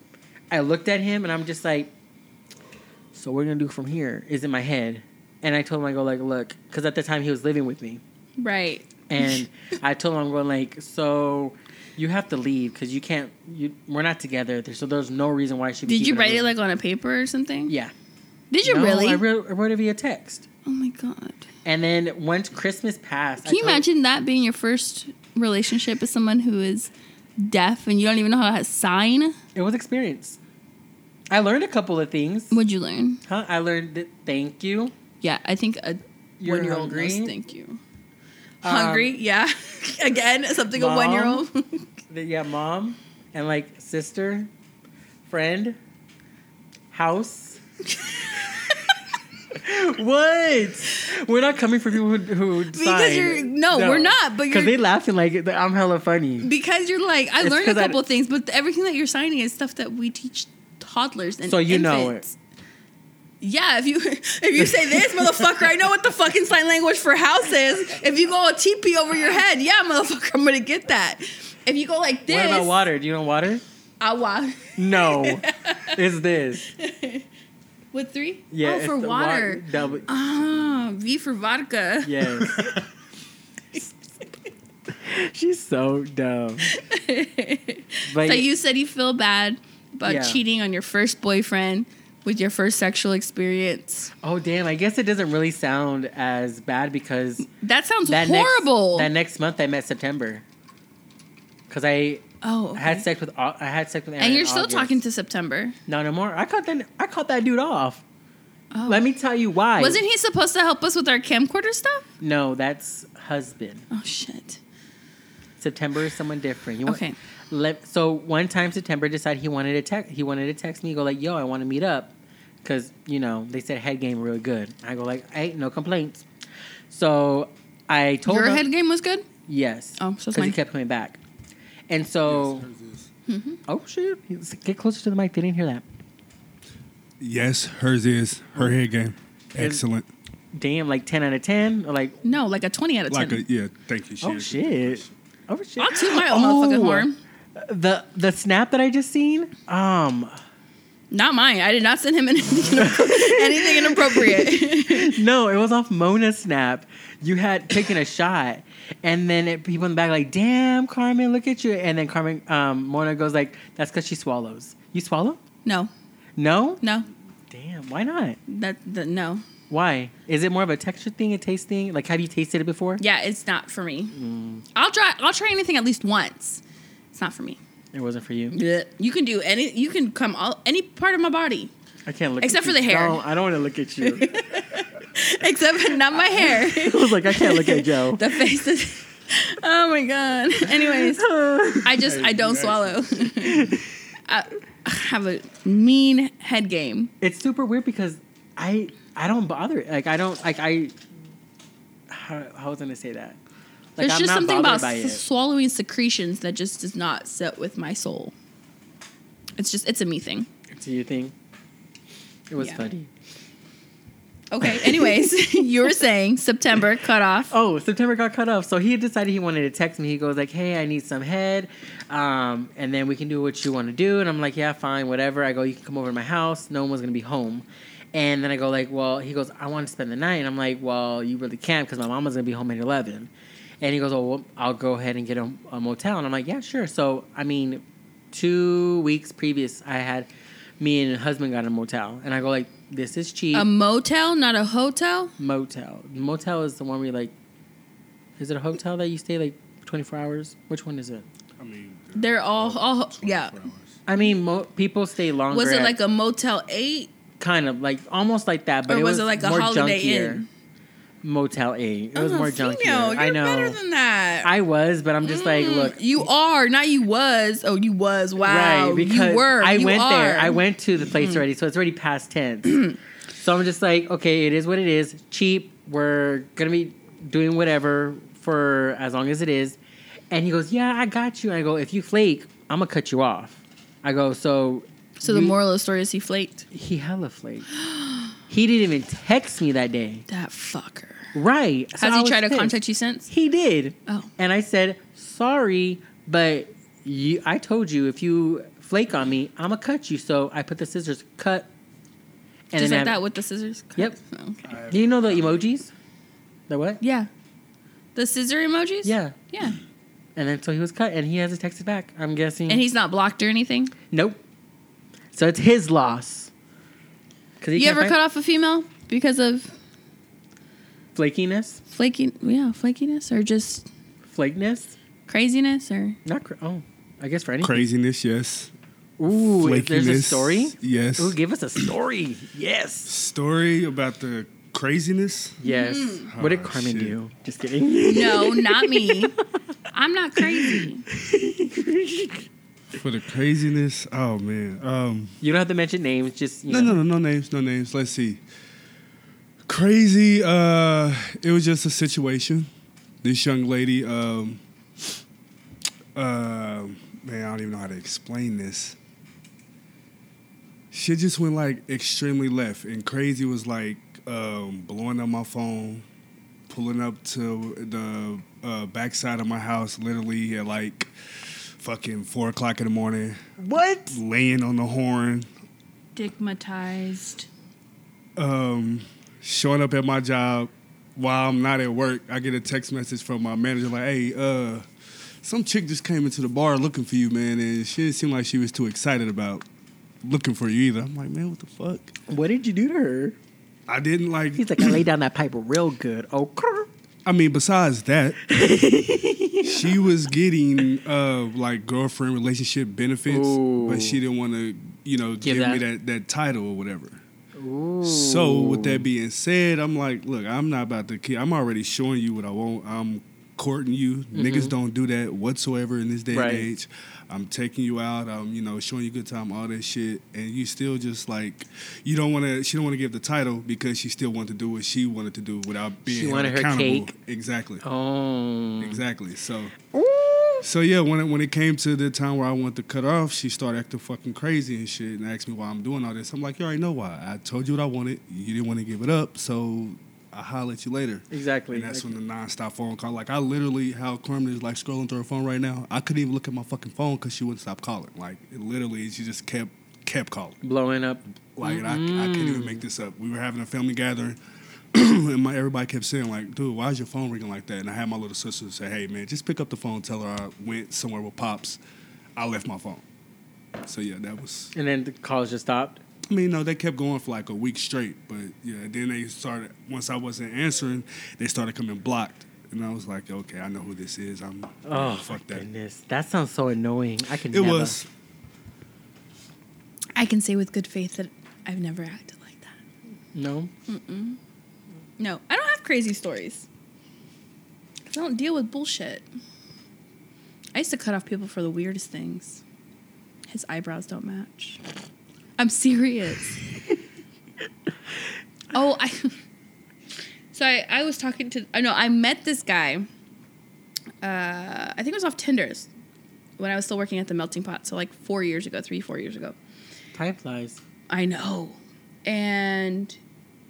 S1: I looked at him, and I'm just like, "So what are we gonna do from here?" Is in my head, and I told him I go like, "Look," because at the time he was living with me.
S2: right.
S1: And I told him I'm going like, so you have to leave because you can't. You we're not together, there- so there's no reason why I should. be
S2: Did you
S1: keeping a
S2: write it
S1: room."
S2: like on a paper or something?
S1: Yeah.
S2: Did you
S1: No,
S2: really?
S1: I wrote, I wrote it via text.
S2: oh my god.
S1: And then once Christmas passed, I
S2: Can you
S1: told-
S2: imagine that being your first relationship with someone who is deaf and you don't even know how to sign?
S1: it was experience. I learned a couple of things.
S2: What'd you learn?
S1: Huh? I learned that thank you.
S2: Yeah, I think a
S1: You're
S2: one-year-old knows
S1: hungry? Um,
S2: Thank you. Hungry? yeah. Again, something
S1: Mom?
S2: a one-year-old.
S1: that- yeah, mom, and like sister, friend, house. what? We're not coming for people who who
S2: Because you're- no, we're not, but
S1: because they
S2: you're-
S1: laughing like it- I'm hella funny.
S2: because you're like, I
S1: It's
S2: learned a
S1: 'cause I-
S2: couple things, but everything that you're signing is stuff that we teach toddlers and
S1: So you know
S2: infants. Yeah, if you if you say this motherfucker, I know what the fucking sign language for house is. If you go a teepee over your head, yeah, motherfucker, I'm gonna get that. If you go like this,
S1: What about water? Do you know water?
S2: Awa.
S1: No, it's this.
S2: With three?
S1: Yeah,
S2: oh,
S1: it's
S2: for
S1: the wa-
S2: Oh, water.
S1: double-
S2: Ah, V for vodka.
S1: yes. She's so dumb. But
S2: so you said you feel bad about
S1: Yeah.
S2: cheating on your first boyfriend with your first sexual experience.
S1: oh damn! I guess it doesn't really sound as bad because
S2: That sounds
S1: that
S2: horrible.
S1: Next, that next month, I met September. Because I
S2: oh, okay.
S1: had sex with Au- I had sex with Aaron.
S2: and you're
S1: in
S2: still
S1: August.
S2: talking to September.
S1: no no more. I caught that I caught that dude off. Let me tell you why.
S2: Oh. Wasn't he supposed to help us with our camcorder stuff?
S1: No, that's husband.
S2: Oh shit.
S1: September is someone different. You
S2: Okay.
S1: Let, so one time September decided he wanted to text. He wanted to text me. Go like, yo, I want to meet up, because you know they said head game really good. I go like, hey, no complaints. So I told
S2: Your
S1: him
S2: head game was good?
S1: yes.
S2: Oh, so it's
S1: he
S2: mine.
S1: kept coming back, and so. Oh shit! He's- Get closer to the mic. They didn't hear that.
S3: Yes, hers is
S1: Oh.
S3: her head game. Excellent.
S1: Damn, like ten out of ten. Or like,
S2: No, like a 20 out of 10.
S3: Like a yeah, thank you. she
S1: oh
S3: is.
S1: shit! Oh shit!
S2: I'll toot my own motherfucking
S1: Oh,
S2: horn.
S1: The the snap that I just seen. Um,
S2: Not mine. I did not send him anything, anything inappropriate.
S1: no, it was off Mona Snap. You had taken a shot, and then it, people in the back like, "Damn, Carmen, look at you!" And then Carmen, um, Mona goes like, "That's because she swallows. You swallow?
S2: no,
S1: No.
S2: no,
S1: Damn. Why not?
S2: that, that no.
S1: Why? Is it more of a texture thing, a taste thing? Like, have you tasted it before?
S2: Yeah, it's not for me. I'll try. I'll try anything at least once. It's not for me.
S1: It wasn't for you.
S2: Blech. You can do any. You can come all any part of my body,
S1: I can't look.
S2: Except
S1: at
S2: for
S1: you.
S2: the hair.
S1: Don't- I don't want to look at you.
S2: except for not my hair.
S1: I was like, I can't look at Joe.
S2: the face is. Oh my god. Anyways, I just I don't swallow. I I have a mean head game.
S1: it's super weird because I I don't bother. Like, I don't like I. How, how was I gonna say that? Like,
S2: There's
S1: I'm
S2: just
S1: not
S2: something
S1: bothered
S2: about
S1: by
S2: s-
S1: it.
S2: swallowing secretions that just does not sit with my soul. It's just it's a me thing.
S1: Do you think? It was
S2: Yeah.
S1: funny.
S2: Okay. Anyways, you were saying September cut off.
S1: Oh, September got cut off. So he decided he wanted to text me. He goes like, "Hey, I need some head, um, and then we can do what you want to do." And I'm like, "Yeah, fine, whatever." I go, "You can come over to my house. No one was gonna be home." And then I go like, "Well," he goes, "I want to spend the night." And I'm like, "Well, you really can't because my mama's gonna be home at 11." And he goes, "Oh, well, I'll go ahead and get a, a motel." And I'm like, "Yeah, sure." So I mean, two weeks previous, I had me and a husband got a motel, and I go like, "This is cheap."
S2: A motel, not a hotel.
S1: motel. Motel is the one where you like. Is it a hotel that you stay like twenty four hours? Which one is it?
S3: I mean,
S2: They're all, all yeah.
S3: 24 hours.
S1: I mean, mo- people stay longer.
S2: Was it
S1: at-
S2: like a Motel Eight?
S1: kind of like almost like that? But
S2: Or
S1: it
S2: was
S1: was,
S2: it like a
S1: more
S2: Holiday
S1: junkier.
S2: Inn?
S1: Motel Eight. It was
S2: Oh,
S1: more
S2: Fino,
S1: junkier.
S2: You're
S1: I know.
S2: better than that.
S1: I was, but I'm just like,
S2: Mm,
S1: look,
S2: you are not. You was. Oh, you was. Wow.
S1: right? Because
S2: you were.
S1: I
S2: you
S1: went there.
S2: are.
S1: I went to the place already, so it's already past tense. so I'm just like, okay, it is what it is. Cheap. We're gonna be doing whatever for as long as it is. And he goes, yeah, I got you. And I go, if you flake, I'm gonna cut you off. I go, so
S2: So the
S1: we-
S2: moral of the story is he flaked.
S1: he hella flaked. he didn't even text me that day.
S2: That fucker.
S1: Right. So
S2: Has
S1: I
S2: he
S1: was
S2: tried to
S1: pissed.
S2: contact you since?
S1: He did.
S2: Oh.
S1: And I said, sorry, but you, I told you if you flake on me, I'm going to cut you. So I put the scissors, cut. And
S2: Just like
S1: I-
S2: that with the scissors. cut?
S1: Yep.
S2: Okay.
S1: Do you know the emojis? The what?
S2: Yeah. The scissor emojis.
S1: Yeah.
S2: Yeah.
S1: And then so he was cut and he hasn't texted back. I'm guessing.
S2: And he's not blocked or anything.
S1: nope. So it's his loss. Cause he
S2: You
S1: can't
S2: ever
S1: find
S2: cut off a female because of
S1: flakiness,
S2: flaky? Yeah, flakiness or just
S1: flakiness?
S2: craziness or
S1: Not cr- oh, I guess for any.
S3: Craziness, yes.
S1: Ooh, if there's a
S3: Flakiness,
S1: story.
S3: Yes.
S1: Ooh, give us a story. yes.
S3: Story about the craziness.
S2: Mm.
S1: Yes. What did
S3: Oh,
S1: Carmen
S3: shit.
S1: do? Just kidding.
S2: no, not me. I'm not crazy.
S3: For the craziness. Oh man. Um
S1: You don't have to mention names. Just you
S3: no
S1: know.
S3: no no no names, no names. Let's see. Crazy, uh it was just a situation. This young lady, um uh man, I don't even know how to explain this. Shit just went like extremely left and crazy was like um blowing up my phone, pulling up to the uh backside of my house literally at like fucking four o'clock in the morning,
S1: What?
S3: laying on the horn.
S4: Stigmatized.
S3: um, showing up at my job while I'm not at work, I get a text message from my manager like, "Hey, uh, some chick just came into the bar looking for you, man, and she didn't seem like she was too excited about looking for you either." I'm like, "Man, what the fuck?"
S1: What did you do to her?
S3: I didn't like.
S1: He's like, I laid down that pipe real good. Oh, crrr.
S3: I mean, besides that, she was getting uh, like girlfriend relationship benefits,
S1: Ooh.
S3: but she didn't want to, you know,
S1: Give
S3: give, me
S1: that-
S3: that, that title or whatever. So with that being said, I'm like, look, I'm not about to. ki- I'm already showing you what I want. I'm courting you. Niggas don't do that whatsoever in this day
S1: Mm-hmm. Right.
S3: and age. I'm taking you out. I'm you know showing you good time, all that shit, and you still just like you don't want to. She don't want to give the title because she still wanted to do what she wanted to do without being
S1: She wanted her
S3: accountable.
S1: cake.
S3: Exactly.
S1: Oh.
S3: Exactly. So. So yeah, when it, when it came to the time where I wanted to cut off, she started acting fucking crazy and shit, and asked me why I'm doing all this. I'm like, you already know why. I told you what I wanted. You didn't want to give it up, so I holler at you later.
S1: Exactly.
S3: And that's when the nonstop phone call. Like I literally, how Carmen is like scrolling through her phone right now. I couldn't even look at my fucking phone because she wouldn't stop calling. Like it literally, she just kept kept calling.
S1: Blowing up.
S3: Like and I, I can't even make this up. We were having a family gathering, and my everybody kept saying like, "Dude, why is your phone ringing like that?" And I had my little sister say, "Hey, man, just pick up the phone. Tell her I went somewhere with pops. I left my phone." So yeah, that was.
S1: And then the calls just stopped.
S3: I mean, no, they kept going for like a week straight, but yeah. Then they started. Once I wasn't answering, they started coming blocked, and I was like, "Okay, I know who this is. I'm
S1: Oh,
S3: fuck that."
S1: goodness. That sounds so annoying. I can
S3: It
S1: never.
S3: was.
S2: I can say with good faith that I've never acted like that.
S1: No?
S2: No, I don't have crazy stories. 'Cause I don't deal with bullshit. I used to cut off people for the weirdest things. His eyebrows don't match. I'm serious. oh, I. So I, I was talking to. I know I met this guy. Uh, I think it was off Tinder's when I was still working at the Melting Pot. So like four years ago, three, four years ago.
S1: Time flies.
S2: I know. And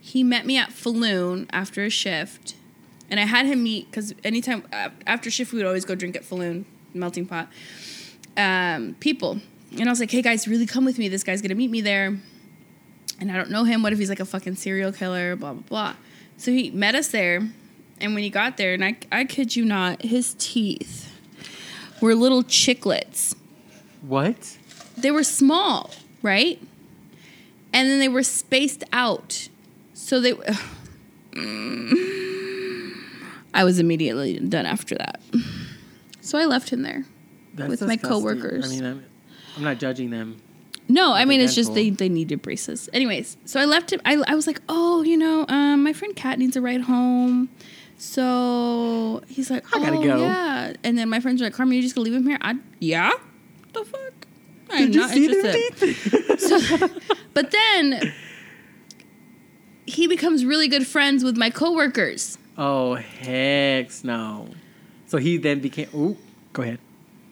S2: he met me at Falloon after a shift, and I had him meet because anytime a- after shift we would always go drink at Falloon Melting Pot. Um, people, and I was like, "Hey guys, really come with me. This guy's gonna meet me there, and I don't know him. What if he's like a fucking serial killer? Blah blah blah." So he met us there, and when he got there, and I I kid you not, his teeth were little chiclets
S1: What?
S2: they were small, right? And then they were spaced out. So they. I was immediately done after that. So I left him there.
S1: That's
S2: With my coworkers.
S1: I mean, I'm, I'm not judging them.
S2: No, I mean, it's
S1: that's
S2: just they,
S1: cool.
S2: they needed braces. Anyways, so I left him. I, I was like, oh, you know, um, my friend Kat needs a ride home. So he's like,
S1: I gotta
S2: "Oh,
S1: go."
S2: Yeah. And then my friends were like, Carmen, you're just gonna leave him here? I, yeah. The fuck? I'm
S1: Did you
S2: not
S1: see them
S2: interested.
S1: teeth?
S2: So, but then he becomes really good friends with my coworkers.
S1: oh heck no! So he then became. Ooh, go ahead.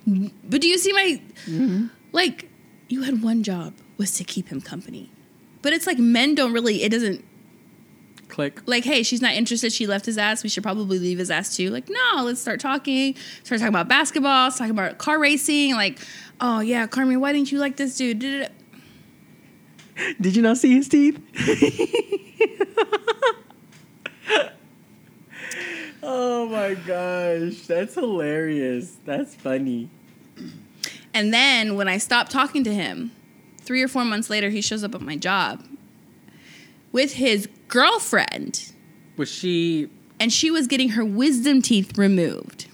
S2: But do you see my like you had one job was to keep him company. But it's like men don't really it doesn't
S1: Click.
S2: like hey, she's not interested, she left his ass, we should probably leave his ass too. Like no, let's start talking. Start talking about basketball, let's talk about car racing like oh yeah, Carmen, why didn't you like this dude? Da-da-da.
S1: Did you not see his teeth? oh my gosh, that's hilarious. That's funny.
S2: And then when I stopped talking to him, three or four months later, he shows up at my job with his girlfriend,
S1: Was she?
S2: and she was getting her wisdom teeth removed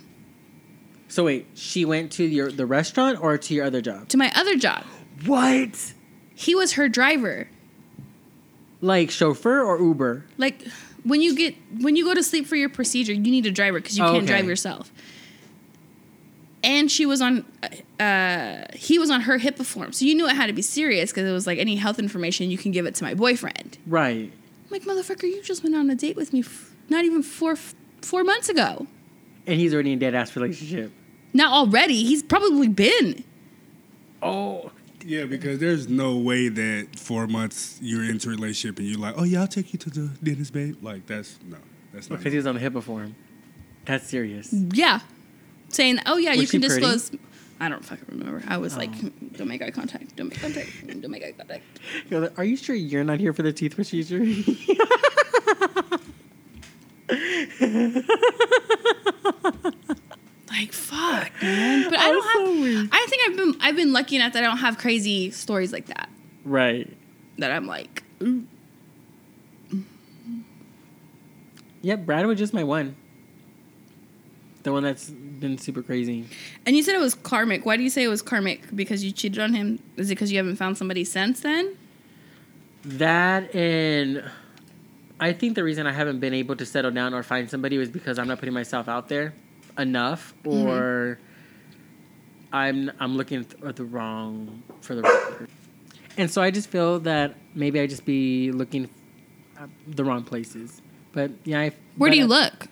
S1: So wait, she went to your the restaurant or to your other job?
S2: to my other job.
S1: What?
S2: He was her driver.
S1: Like chauffeur or Uber?
S2: Like when you get when you go to sleep for your procedure, you need a driver because you
S1: Oh,
S2: can't
S1: okay.
S2: drive yourself. And she was on, uh, he was on her HIPAA form, so you knew it had to be serious because it was like any health information you can give it to my boyfriend.
S1: Right.
S2: I'm like, motherfucker, you just went on a date with me f- not even four f- four months ago.
S1: And he's already in a dead ass relationship.
S2: Not already. He's probably been.
S1: Oh,
S3: Yeah, because there's no way that four months you're into a relationship and you're like, oh yeah, I'll take you to the dentist, babe. Like that's no, that's not.
S1: because he was on the HIPAA form. That's serious.
S2: Yeah. Saying, oh, yeah,
S1: Was
S2: you can
S1: she pretty? Oh.
S2: disclose. I don't fucking remember. I was like, don't make eye contact. Don't make contact. Don't make eye contact.
S1: You're like, Are you sure you're not here for the teeth procedure?
S2: Like, fuck, man. But I
S1: That
S2: don't
S1: was
S2: have.
S1: so weird.
S2: I think I've been I've been lucky enough that I don't have crazy stories like that.
S1: right.
S2: That I'm like,
S1: Yep, Brad was just my one. The one that's been super crazy.
S2: and you said it was karmic. Why do you say it was karmic? Because you cheated on him? Is it because you haven't found somebody since then?
S1: That and I think the reason I haven't been able to settle down or find somebody was because I'm not putting myself out there enough,
S2: Mm-hmm.
S1: or I'm I'm looking th- at the wrong for the wrong. person. And so I just feel that maybe I just be looking at the wrong places. But yeah, I, but
S2: Where do you
S1: I-
S2: look?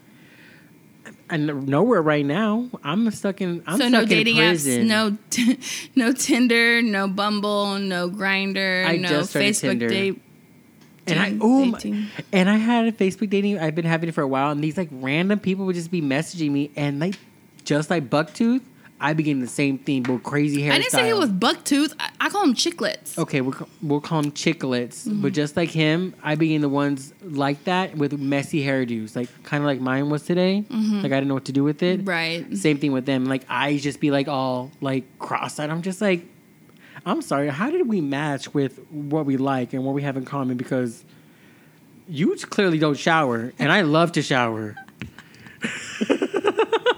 S1: And nowhere right now. I'm stuck in. I'm
S2: so
S1: stuck
S2: no
S1: in
S2: dating
S1: prison.
S2: apps, no, t- no Tinder, no Bumble, no Grinder,
S1: I
S2: no
S1: just started
S2: Facebook
S1: Tinder.
S2: date.
S1: and I
S2: Dating-
S1: oh my-
S2: dating.
S1: and I had a Facebook dating I've been having it for a while, and these like random people would just be messaging me, and like just like Bucktooth, I begin the same thing, but crazy hair.
S2: I didn't say he was bucktooth. I, I call him chiclets.
S1: okay. We'll, ca- we'll call them chicklets,
S2: Mm-hmm.
S1: but just like him, I begin the ones like that with messy hairdos, like kind of like mine was today. Like I didn't know what to do with it.
S2: Mm-hmm. Right.
S1: Same thing with them. Like I just be like all like cross-eyed. I'm just like, I'm sorry. How did we match with what we like and what we have in common? Because you clearly don't shower, and I love to shower.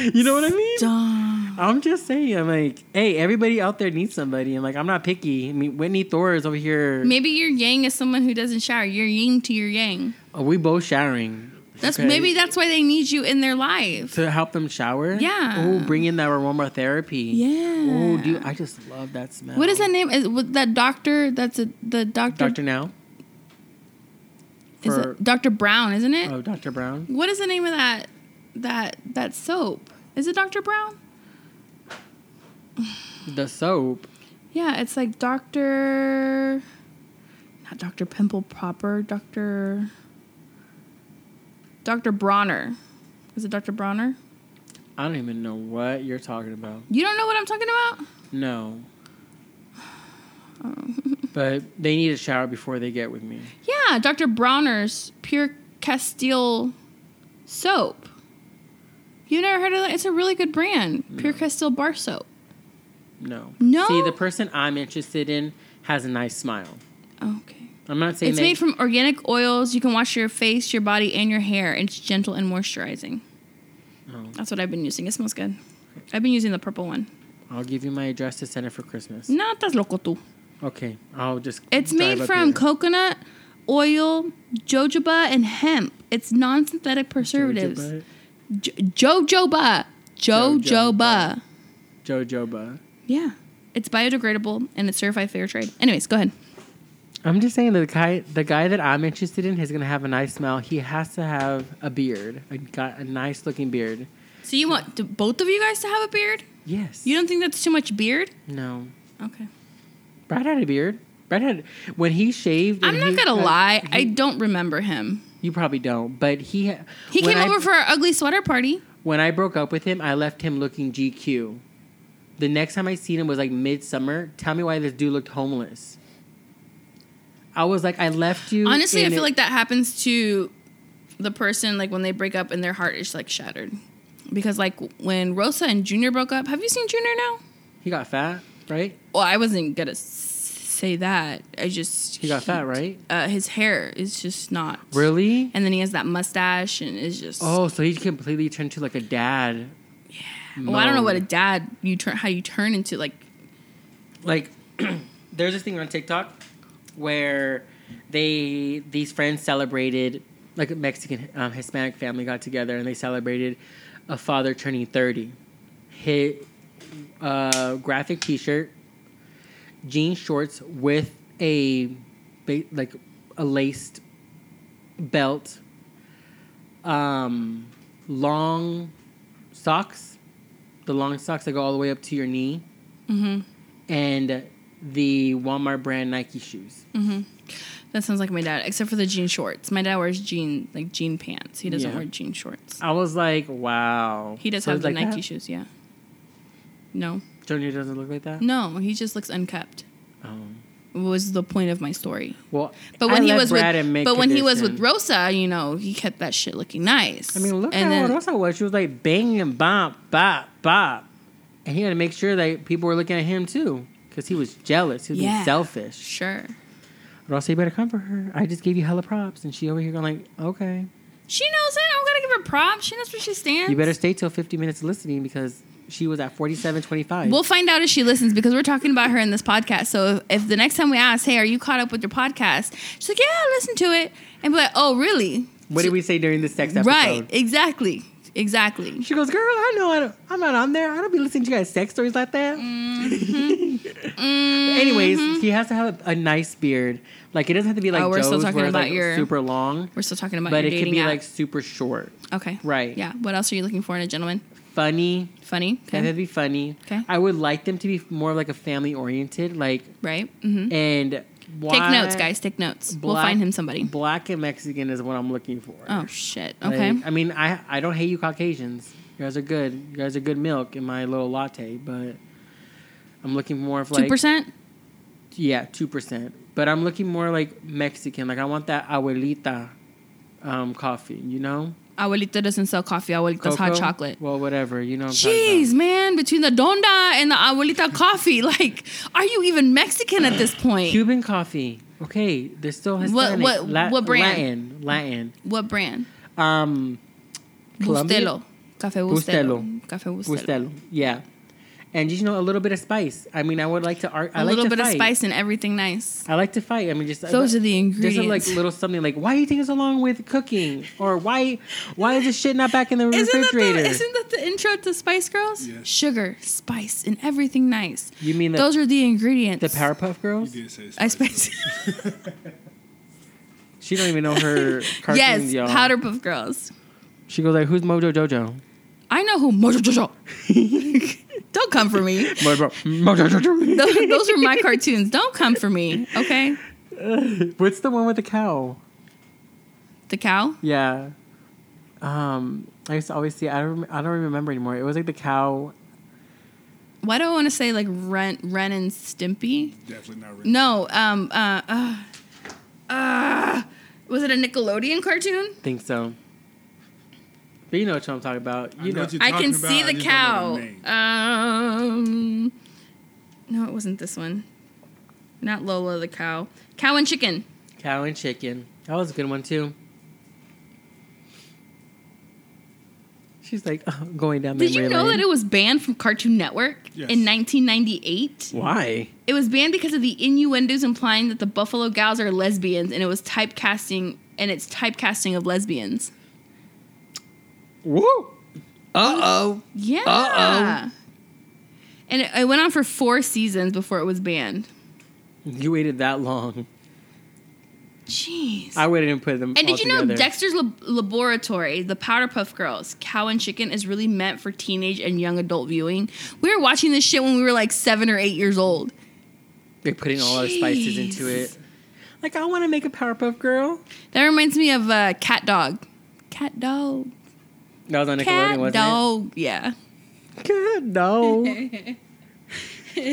S1: you know what I mean?
S2: Dumb.
S1: I'm just saying. I'm like, hey, everybody out there needs somebody. I'm like, I'm not picky. I mean, Whitney Thor is over here.
S2: Maybe your yang is someone who doesn't shower. You're yin to your yang.
S1: Are we both showering?
S2: That's
S1: Okay.
S2: maybe that's why they need you in their life.
S1: to help them shower.
S2: Yeah.
S1: Oh, bring in that aromatherapy.
S2: Yeah.
S1: Oh, dude, I just love that smell.
S2: What is that name? Is what- that doctor? That's a, the doctor.
S1: Doctor Now.
S2: is
S1: for-
S2: it, Dr. Brown, isn't it?
S1: Oh, Doctor Brown.
S2: What is the name of that that that soap? Is it Dr. Brown?
S1: The soap.
S2: Yeah, it's like Doctor. not Dr. Pimple Popper, Dr. Dr. Bronner. Is it Dr. Bronner?
S1: I don't even know what you're talking about.
S2: You don't know what I'm talking about?
S1: No. but they need a shower before they get with me.
S2: Yeah, Dr. Bronner's Pure Castile soap. You never heard of that? It's a really good brand. Pure Castile bar soap.
S1: No.
S2: No?
S1: See, the person I'm interested in has a nice smile.
S2: Oh, Okay.
S1: I'm not saying
S2: It's
S1: that-
S2: made from organic oils. You can wash your face, your body, and your hair. It's gentle and moisturizing.
S1: Oh.
S2: That's what I've been using. It smells good. I've been using the purple one.
S1: I'll give you my address to send it for Christmas.
S2: No, that's loco tú.
S1: Okay, I'll just.
S2: It's
S1: drive
S2: made
S1: up
S2: from
S1: here.
S2: coconut oil, jojoba, and hemp. It's non-synthetic preservatives.
S1: Jojoba.
S2: Jo- jojoba. Jojoba.
S1: Jojoba. Jojoba.
S2: Yeah. It's biodegradable and it's certified fair trade. Anyways, go ahead.
S1: I'm just saying that the guy, the guy that I'm interested in, is gonna have a nice smell. He has to have a beard, a, guy, a nice looking beard.
S2: So you want t- both of you guys to have a beard?
S1: Yes.
S2: You don't think that's too much beard?
S1: No.
S2: Okay.
S1: Brad had a beard. Brad had when he shaved.
S2: I'm
S1: and
S2: not
S1: he-
S2: gonna
S1: uh,
S2: lie.
S1: he-
S2: I don't remember him.
S1: you probably don't, but he.
S2: He
S1: when
S2: came
S1: I-
S2: over for our ugly sweater party.
S1: when I broke up with him, I left him looking GQ. The next time I seen him was like midsummer. Tell me why this dude looked homeless. I was like, I left you.
S2: Honestly, I
S1: in
S2: feel
S1: it-
S2: like that happens to the person like when they break up and their heart is like shattered. Because like when Rosa and Junior broke up, have you seen Junior now?
S1: he got fat, right?
S2: Well, I wasn't gonna s- say that. I just
S1: He got fat, right?
S2: Uh, his hair is just not
S1: Really?
S2: And then he has that mustache and it's just
S1: Oh, so he completely turned to like a dad. Yeah.
S2: Well, I don't know what a dad you turn how you turn into like
S1: like there's this thing on TikTok where they these friends celebrated like a Mexican um, Hispanic family got together and they celebrated a father turning 30. Hit uh, graphic T-shirt, jean shorts with a ba- like a laced belt, um, long socks, the long socks that go all the way up to your knee and the Walmart brand Nike shoes.
S2: that sounds like my dad, except for the jean shorts. My dad wears jean like jean pants. He doesn't
S1: Yeah.
S2: wear jean shorts.
S1: I was like, wow.
S2: He does
S1: So
S2: have
S1: it's
S2: the
S1: like
S2: Nike
S1: that?
S2: shoes, yeah. No.
S1: Junior doesn't look like that.
S2: No, he just looks unkept.
S1: Um,
S2: Was the point of my story.
S1: well,
S2: But
S1: I
S2: when he
S1: let
S2: was
S1: Brad in
S2: with
S1: mid
S2: but when he was with
S1: condition.
S2: Rosa, you know, he kept that shit looking nice.
S1: I mean, look
S2: and
S1: at
S2: then,
S1: what Rosa was. She was like bang and bop, bop, bop, and he had to make sure that people were looking at him too because he was jealous. He was being
S2: Yeah.
S1: selfish.
S2: Sure.
S1: Rosa, you better come for her. I just gave you hella props, and she over here going like, okay,
S2: She knows it. I'm gonna give her props. She knows where she stands.
S1: you better stay till fifty minutes listening because she was at forty-seven twenty-five.
S2: We'll find out if she listens because we're talking about her in this podcast. So if, if the next time we ask, "Hey, are you caught up with your podcast?" She's like, "Yeah, I listened to it," and be like, "Oh, really?"
S1: what did we say during this text episode?
S2: Right? Exactly. Exactly.
S1: She goes, girl, I know I don't, I'm not on there. I don't be listening to you guys' sex stories like that.
S2: Mm-hmm.
S1: But Anyways, he has to have a, a nice beard. Like it doesn't have to be like
S2: Oh, we're still
S1: Joe's,
S2: talking
S1: where it's,
S2: about
S1: like,
S2: your-
S1: super long,
S2: We're still talking about
S1: but
S2: your
S1: it could
S2: dating
S1: be
S2: app.
S1: like super short.
S2: okay,
S1: Right.
S2: Yeah. What else are you looking for in a gentleman?
S1: Funny.
S2: Funny.
S1: They have to
S2: Okay.
S1: be funny.
S2: Okay.
S1: I would like them to be more like a family oriented, like
S2: Right. hmm
S1: and
S2: Take
S1: why-
S2: notes, guys. Take notes. we'll
S1: black-
S2: find him somebody.
S1: Black and Mexican is what I'm looking for.
S2: Oh shit. Okay.
S1: Like, I mean, I I don't hate you Caucasians. You guys are good. You guys are good milk in my little latte, but I'm looking more of
S2: Two
S1: like
S2: percent.
S1: yeah, two percent. But I'm looking more like Mexican. Like I want that abuelita um, coffee. You know,
S2: Abuelita doesn't sell coffee. Abuelita's hot
S1: Cocoa?
S2: chocolate.
S1: Well, whatever. You know. what I'm talking
S2: Jeez, man, between the donda and the abuelita coffee, like, are you even Mexican at this
S1: about.
S2: point?
S1: Cuban coffee. Okay, there's still Hispanic.
S2: what- what brand?
S1: Latin. Latin.
S2: What brand?
S1: Um, Colombia-
S2: Bustelo. Cafe Bustelo. Cafe Bustelo.
S1: Bustelo. Yeah. And just you know a little bit of spice. I mean, I would like to art.
S2: A
S1: I like
S2: little
S1: to
S2: bit of
S1: fight.
S2: spice and everything nice.
S1: I like to fight. I mean, just
S2: Those are the
S1: Just a, like
S2: ingredients.
S1: little something like why are you taking so long with cooking or why why is this shit not back in the
S2: Isn't that,
S1: refrigerator?
S2: the, isn't that the intro to Spice Girls?
S3: Yes.
S2: Sugar, spice, and everything nice.
S1: you mean the,
S2: Those are the ingredients.
S1: the Powerpuff Girls?
S3: You did say
S2: I
S3: Spice Girls.
S2: spice.
S1: She don't even know her cartoons,
S2: yes,
S1: y'all.
S2: Powderpuff Girls.
S1: She goes like, "Who's Mojo Jojo?"
S2: I know who Mojo Jojo. Don't come for me.
S1: Mojo, Mojo Jojo.
S2: Those, those are my cartoons. Don't come for me, okay?
S1: What's the one with the cow?
S2: The cow?
S1: Yeah. Um, I used to always see. I don't. rem- I don't remember anymore. It was like the cow.
S2: Why do I want to say like Ren, Ren and Stimpy?
S3: Definitely not ready.
S2: No, um, uh, uh, uh, was it a Nickelodeon cartoon?
S1: Think so. But you know what I'm talking about. You
S3: I know
S1: know.
S3: what you're
S2: I can
S3: talking about,
S2: see
S3: I
S2: the
S3: just
S2: cow.
S3: don't know the name.
S2: Um, no, it wasn't this one. Not Lola the cow. Cow and chicken.
S1: cow and chicken. That was a good one too. She's like going down.
S2: Did you
S1: memory
S2: know
S1: lane.
S2: that it was banned from Cartoon Network
S3: Yes.
S2: in 1998?
S1: Why?
S2: It was banned because of the innuendos implying that the Buffalo Gals are lesbians, and it was typecasting and it's typecasting of lesbians.
S1: Woo.
S5: Uh oh.
S2: Yeah.
S5: Uh-oh.
S2: And it, it went on for four seasons before it was banned.
S1: You waited that long.
S2: Jeez.
S1: I waited and put them.
S2: and
S1: all
S2: did you know
S1: together.
S2: Dexter's Lab- Laboratory, the Powderpuff Girls, Cow and Chicken is really meant for teenage and young adult viewing? We were watching this shit when we were like seven or eight years old.
S1: They're putting all our spices into
S2: Jeez.
S1: it. Like I want to make a Powerpuff Girl.
S2: That reminds me of uh, Cat Dog. Cat Dog.
S1: That was on Nickelodeon,
S2: Cat
S1: wasn't
S2: Dog. Yeah.
S1: it? Cat dog.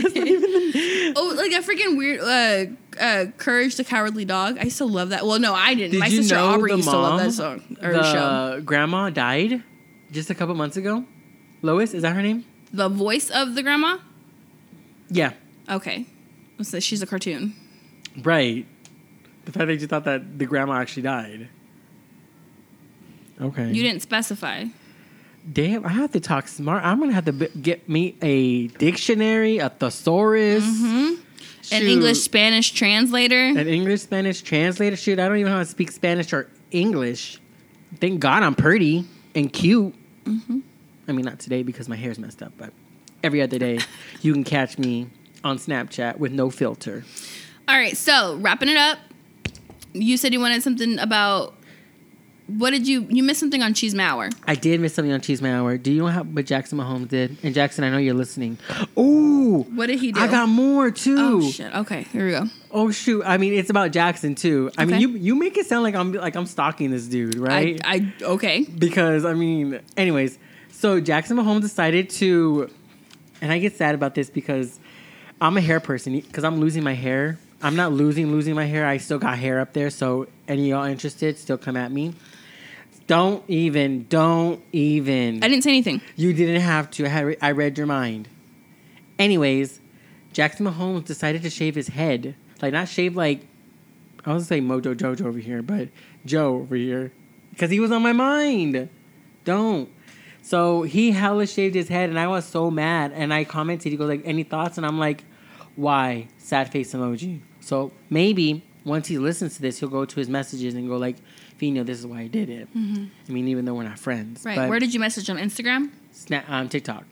S2: Oh, like a freaking weird uh, uh, Courage the Cowardly Dog. I used to love that. Well, no, I didn't.
S1: Did
S2: My
S1: you
S2: sister
S1: know
S2: Aubrey
S1: the
S2: used to love
S1: mom,
S2: that song or
S1: the
S2: show.
S1: grandma died just a couple months ago. Lois, is that her name?
S2: The voice of the grandma.
S1: Yeah,
S2: Okay, What's this? she's a cartoon.
S1: right. The fact that you thought that the grandma actually died. Okay.
S2: You didn't specify.
S1: Damn, I have to talk smart. I'm gonna have to b- get me a dictionary, a thesaurus,
S2: An
S1: Shoot.
S2: Mm-hmm. English Spanish translator.
S1: an English Spanish translator. Shoot, I don't even know how to speak Spanish or English. Thank God I'm pretty and cute.
S2: Mm-hmm.
S1: I mean, not today because my hair's messed up, but every other day you can catch me on Snapchat with no filter.
S2: All right, so wrapping it up. You said you wanted something about. What did you you missed something on Cheese Mauer?
S1: I did miss something on Cheese Man Hour. Do you know how, what Jackson Mahomes did? And Jackson, I know you're listening. Ooh,
S2: What did he do?
S1: I got more too.
S2: oh shit. Okay, here we go.
S1: Oh shoot! I mean, it's about Jackson too. I mean,
S2: Okay.
S1: you you make it sound like I'm like I'm stalking this dude, right?
S2: I, I okay.
S1: because I mean, anyways, so Jackson Mahomes decided to, and I get sad about this because I'm a hair person because I'm losing my hair. I'm not losing losing my hair. I still got hair up there. So any of y'all interested, still come at me. Don't even, don't even.
S2: I didn't say anything.
S1: You didn't have to. I, had, I read your mind. Anyways, Jackson Mahomes decided to shave his head. Like, not shave like, I was going to say Mojo Jojo over here, but Joe over here. Because he was on my mind. Don't. So he hella shaved his head, and I was so mad. And I commented, he goes, like, any thoughts? And I'm like, why? Sad face emoji. So maybe once he listens to this, he'll go to his messages and go, like, Fino, this is why I did it. I mean, even though we're not friends.
S2: Mm-hmm. Right.
S1: but-
S2: Where did you message on Instagram?
S1: Snap um, TikTok.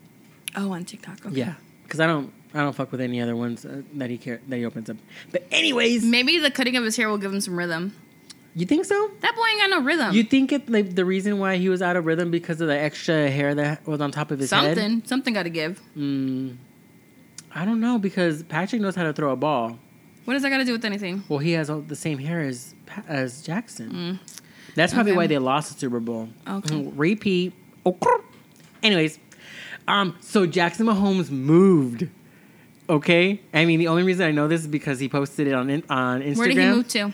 S2: Oh, on TikTok. Okay.
S1: Yeah, because I don't I don't fuck with any other ones uh, that he care that he opens up. But anyways,
S2: Maybe the cutting of his hair will give him some rhythm.
S1: you think so?
S2: That boy ain't got no rhythm.
S1: You think it like the reason why he was out of rhythm because of the extra hair that was on top of his head?
S2: something, something got to give.
S1: Mm, I don't know because Patrick knows how to throw a ball.
S2: What does that got to do with anything?
S1: Well, he has all the same hair as Pa- as Jackson. That's probably
S2: Mm. Okay.
S1: why they lost the Super Bowl. Mm,
S2: Okay.
S1: Repeat. Okay. Anyways, um, so Jackson Mahomes moved. Okay, I mean the only reason I know this is because he posted it on in, on Instagram.
S2: Where did he move to?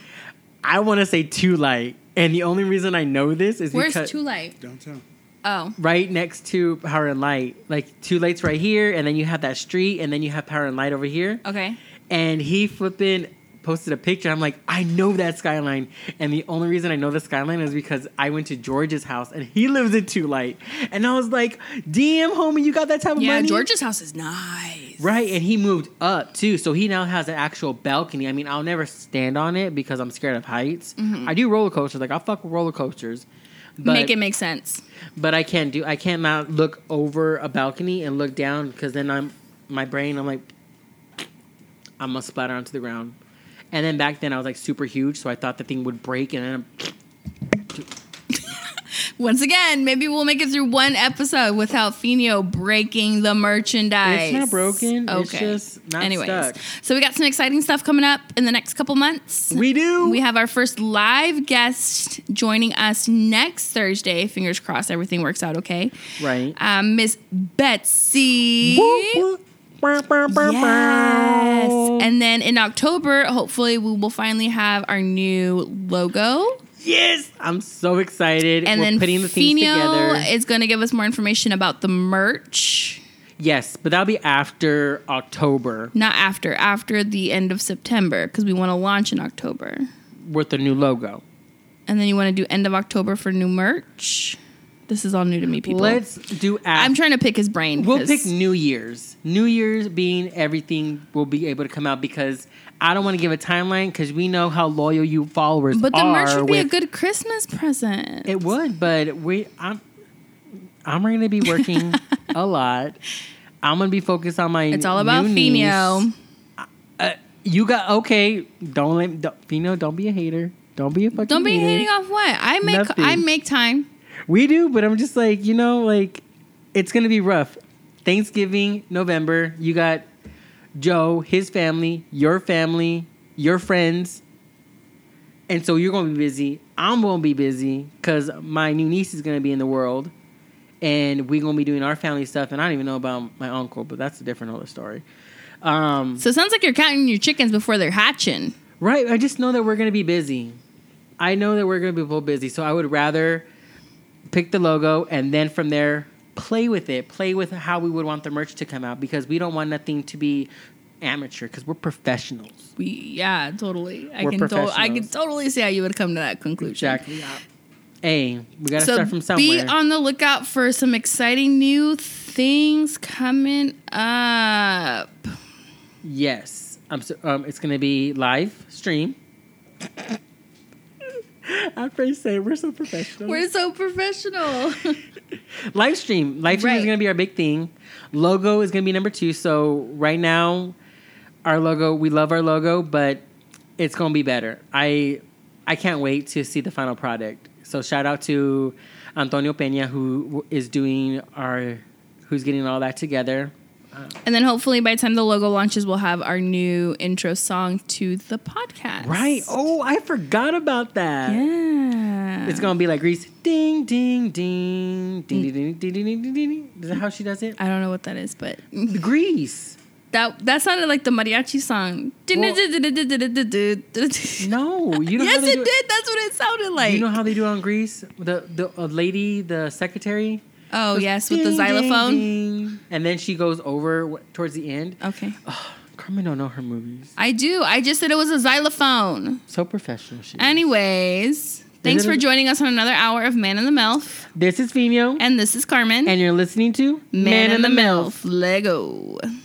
S1: I want to say Tulane, and the only reason I know this is
S2: Where's
S1: because
S2: Tulane?
S3: Downtown.
S2: Oh,
S1: right next to Power and Light, like two lights right here, and then you have that street, and then you have Power and Light over here
S2: okay.
S1: and he flipping posted a picture. I'm like, I know that skyline, and the only reason I know the skyline is because I went to George's house, and he lives in Tulane, and I was like, damn, homie, you got that type of
S2: Yeah,
S1: money,
S2: George's house is nice.
S1: Right, and he moved up too, so he now has an actual balcony. I mean, I'll never stand on it because I'm scared of heights. I do roller coasters, like I fuck with roller coasters, but
S2: Mm-hmm. make it make sense.
S1: but I can't do I can't not look over a balcony and look down because then I'm my brain I'm like I'm gonna splatter onto the ground. And then back then I was like super huge, so I thought the thing would break and then
S2: Once again, maybe we'll make it through one episode without Fino breaking the merchandise.
S1: It's not broken. It's just not stuck.
S2: so we got some exciting stuff coming up in the next couple months.
S1: We do.
S2: We have our first live guest joining us next Thursday. Fingers crossed, everything works out okay.
S1: right.
S2: Um, Miss Betsy.
S1: Yes.
S2: Yes. And then in October, hopefully, we will finally have our new logo.
S1: yes, I'm so excited.
S2: And
S1: We're
S2: then
S1: putting the things
S2: Fino
S1: together.
S2: is going to give us more information about the merch.
S1: yes, but that'll be after October
S2: Not after, after the end of September, because we want to launch in October.
S1: with the new logo.
S2: And then you want to do end of October for new merch. This is all new to me, people.
S1: Let's do after.
S2: I'm trying to pick his brain.
S1: We'll
S2: 'cause-
S1: pick New Year's. New Year's being everything will be able to come out because I don't want to give a timeline because we know how loyal you followers
S2: But the
S1: are.
S2: merch would be a
S1: with-
S2: good Christmas present.
S1: It would, but we. I'm. I'm going to be working a lot. I'm going to be focused on my.
S2: it's all about
S1: new niece.
S2: Fino.
S1: You got okay. Don't let don't, Fino. Don't be a hater. Don't be a fucking.
S2: Don't be
S1: hater.
S2: hating off what I make.
S1: Nothing.
S2: I make time.
S1: We do, but I'm just like, you know, like it's gonna be rough. Thanksgiving, November, you got Joe, his family, your family, your friends. And so you're gonna be busy. I'm gonna be busy because my new niece is gonna be in the world. And we're gonna be doing our family stuff. And I don't even know about my uncle, but that's a different other story. Um,
S2: So it sounds like you're counting your chickens before they're hatching.
S1: Right. I just know that we're going to be busy. I know that we're going to be both busy. So I would rather pick the logo and then from there play with it, play with how we would want the merch to come out because we don't want nothing to be amateur because we're professionals.
S2: We, yeah, totally. I
S1: We're
S2: can. To- I can
S1: professionals.
S2: totally see how you would come to that conclusion.
S1: Hey, we got to
S2: So
S1: start from
S2: be
S1: somewhere.
S2: on the lookout for some exciting new things coming up.
S1: yes. I'm so, um, it's going to be live stream. I pray say we're so professional.
S2: We're so professional.
S1: live stream. Live stream is
S2: Right.
S1: going to be our big thing. Logo is going to be number two. So right now, our logo, we love our logo, but it's going to be better. I I can't wait to see the final product. So shout out to Antonio Peña who w- is doing our, who's getting all that together.
S2: and then hopefully by the time the logo launches, we'll have our new intro song to the podcast.
S1: Right. Oh, I forgot about that.
S2: Yeah.
S1: It's gonna be like Grease. Ding, ding, ding, ding, ding, ding, ding, ding, ding, ding, ding. Is that how she does it?
S2: I don't know what that is, but
S1: Grease.
S2: that that sounded like the mariachi song.
S1: Well-
S2: no,
S1: No, you don't.
S2: yes, it did. That's what it sounded like.
S1: you know how they do it on Greece? The the uh, lady, the secretary.
S2: oh
S1: goes,
S2: yes, with the
S1: "Ding, ding,
S2: xylophone.
S1: ding," and then she goes over w- towards the end.
S2: Okay,
S1: Carmen don't know her movies.
S2: I do. I just said it was a xylophone.
S1: So professional she. is.
S2: Anyways, thanks
S1: it
S2: for
S1: a-
S2: joining us on another hour of Man in the Mouth,
S1: this is Femio,
S2: and this is Carmen.
S1: and you're listening to
S2: Man, in the,
S1: Milf.
S2: Mouth. Lego.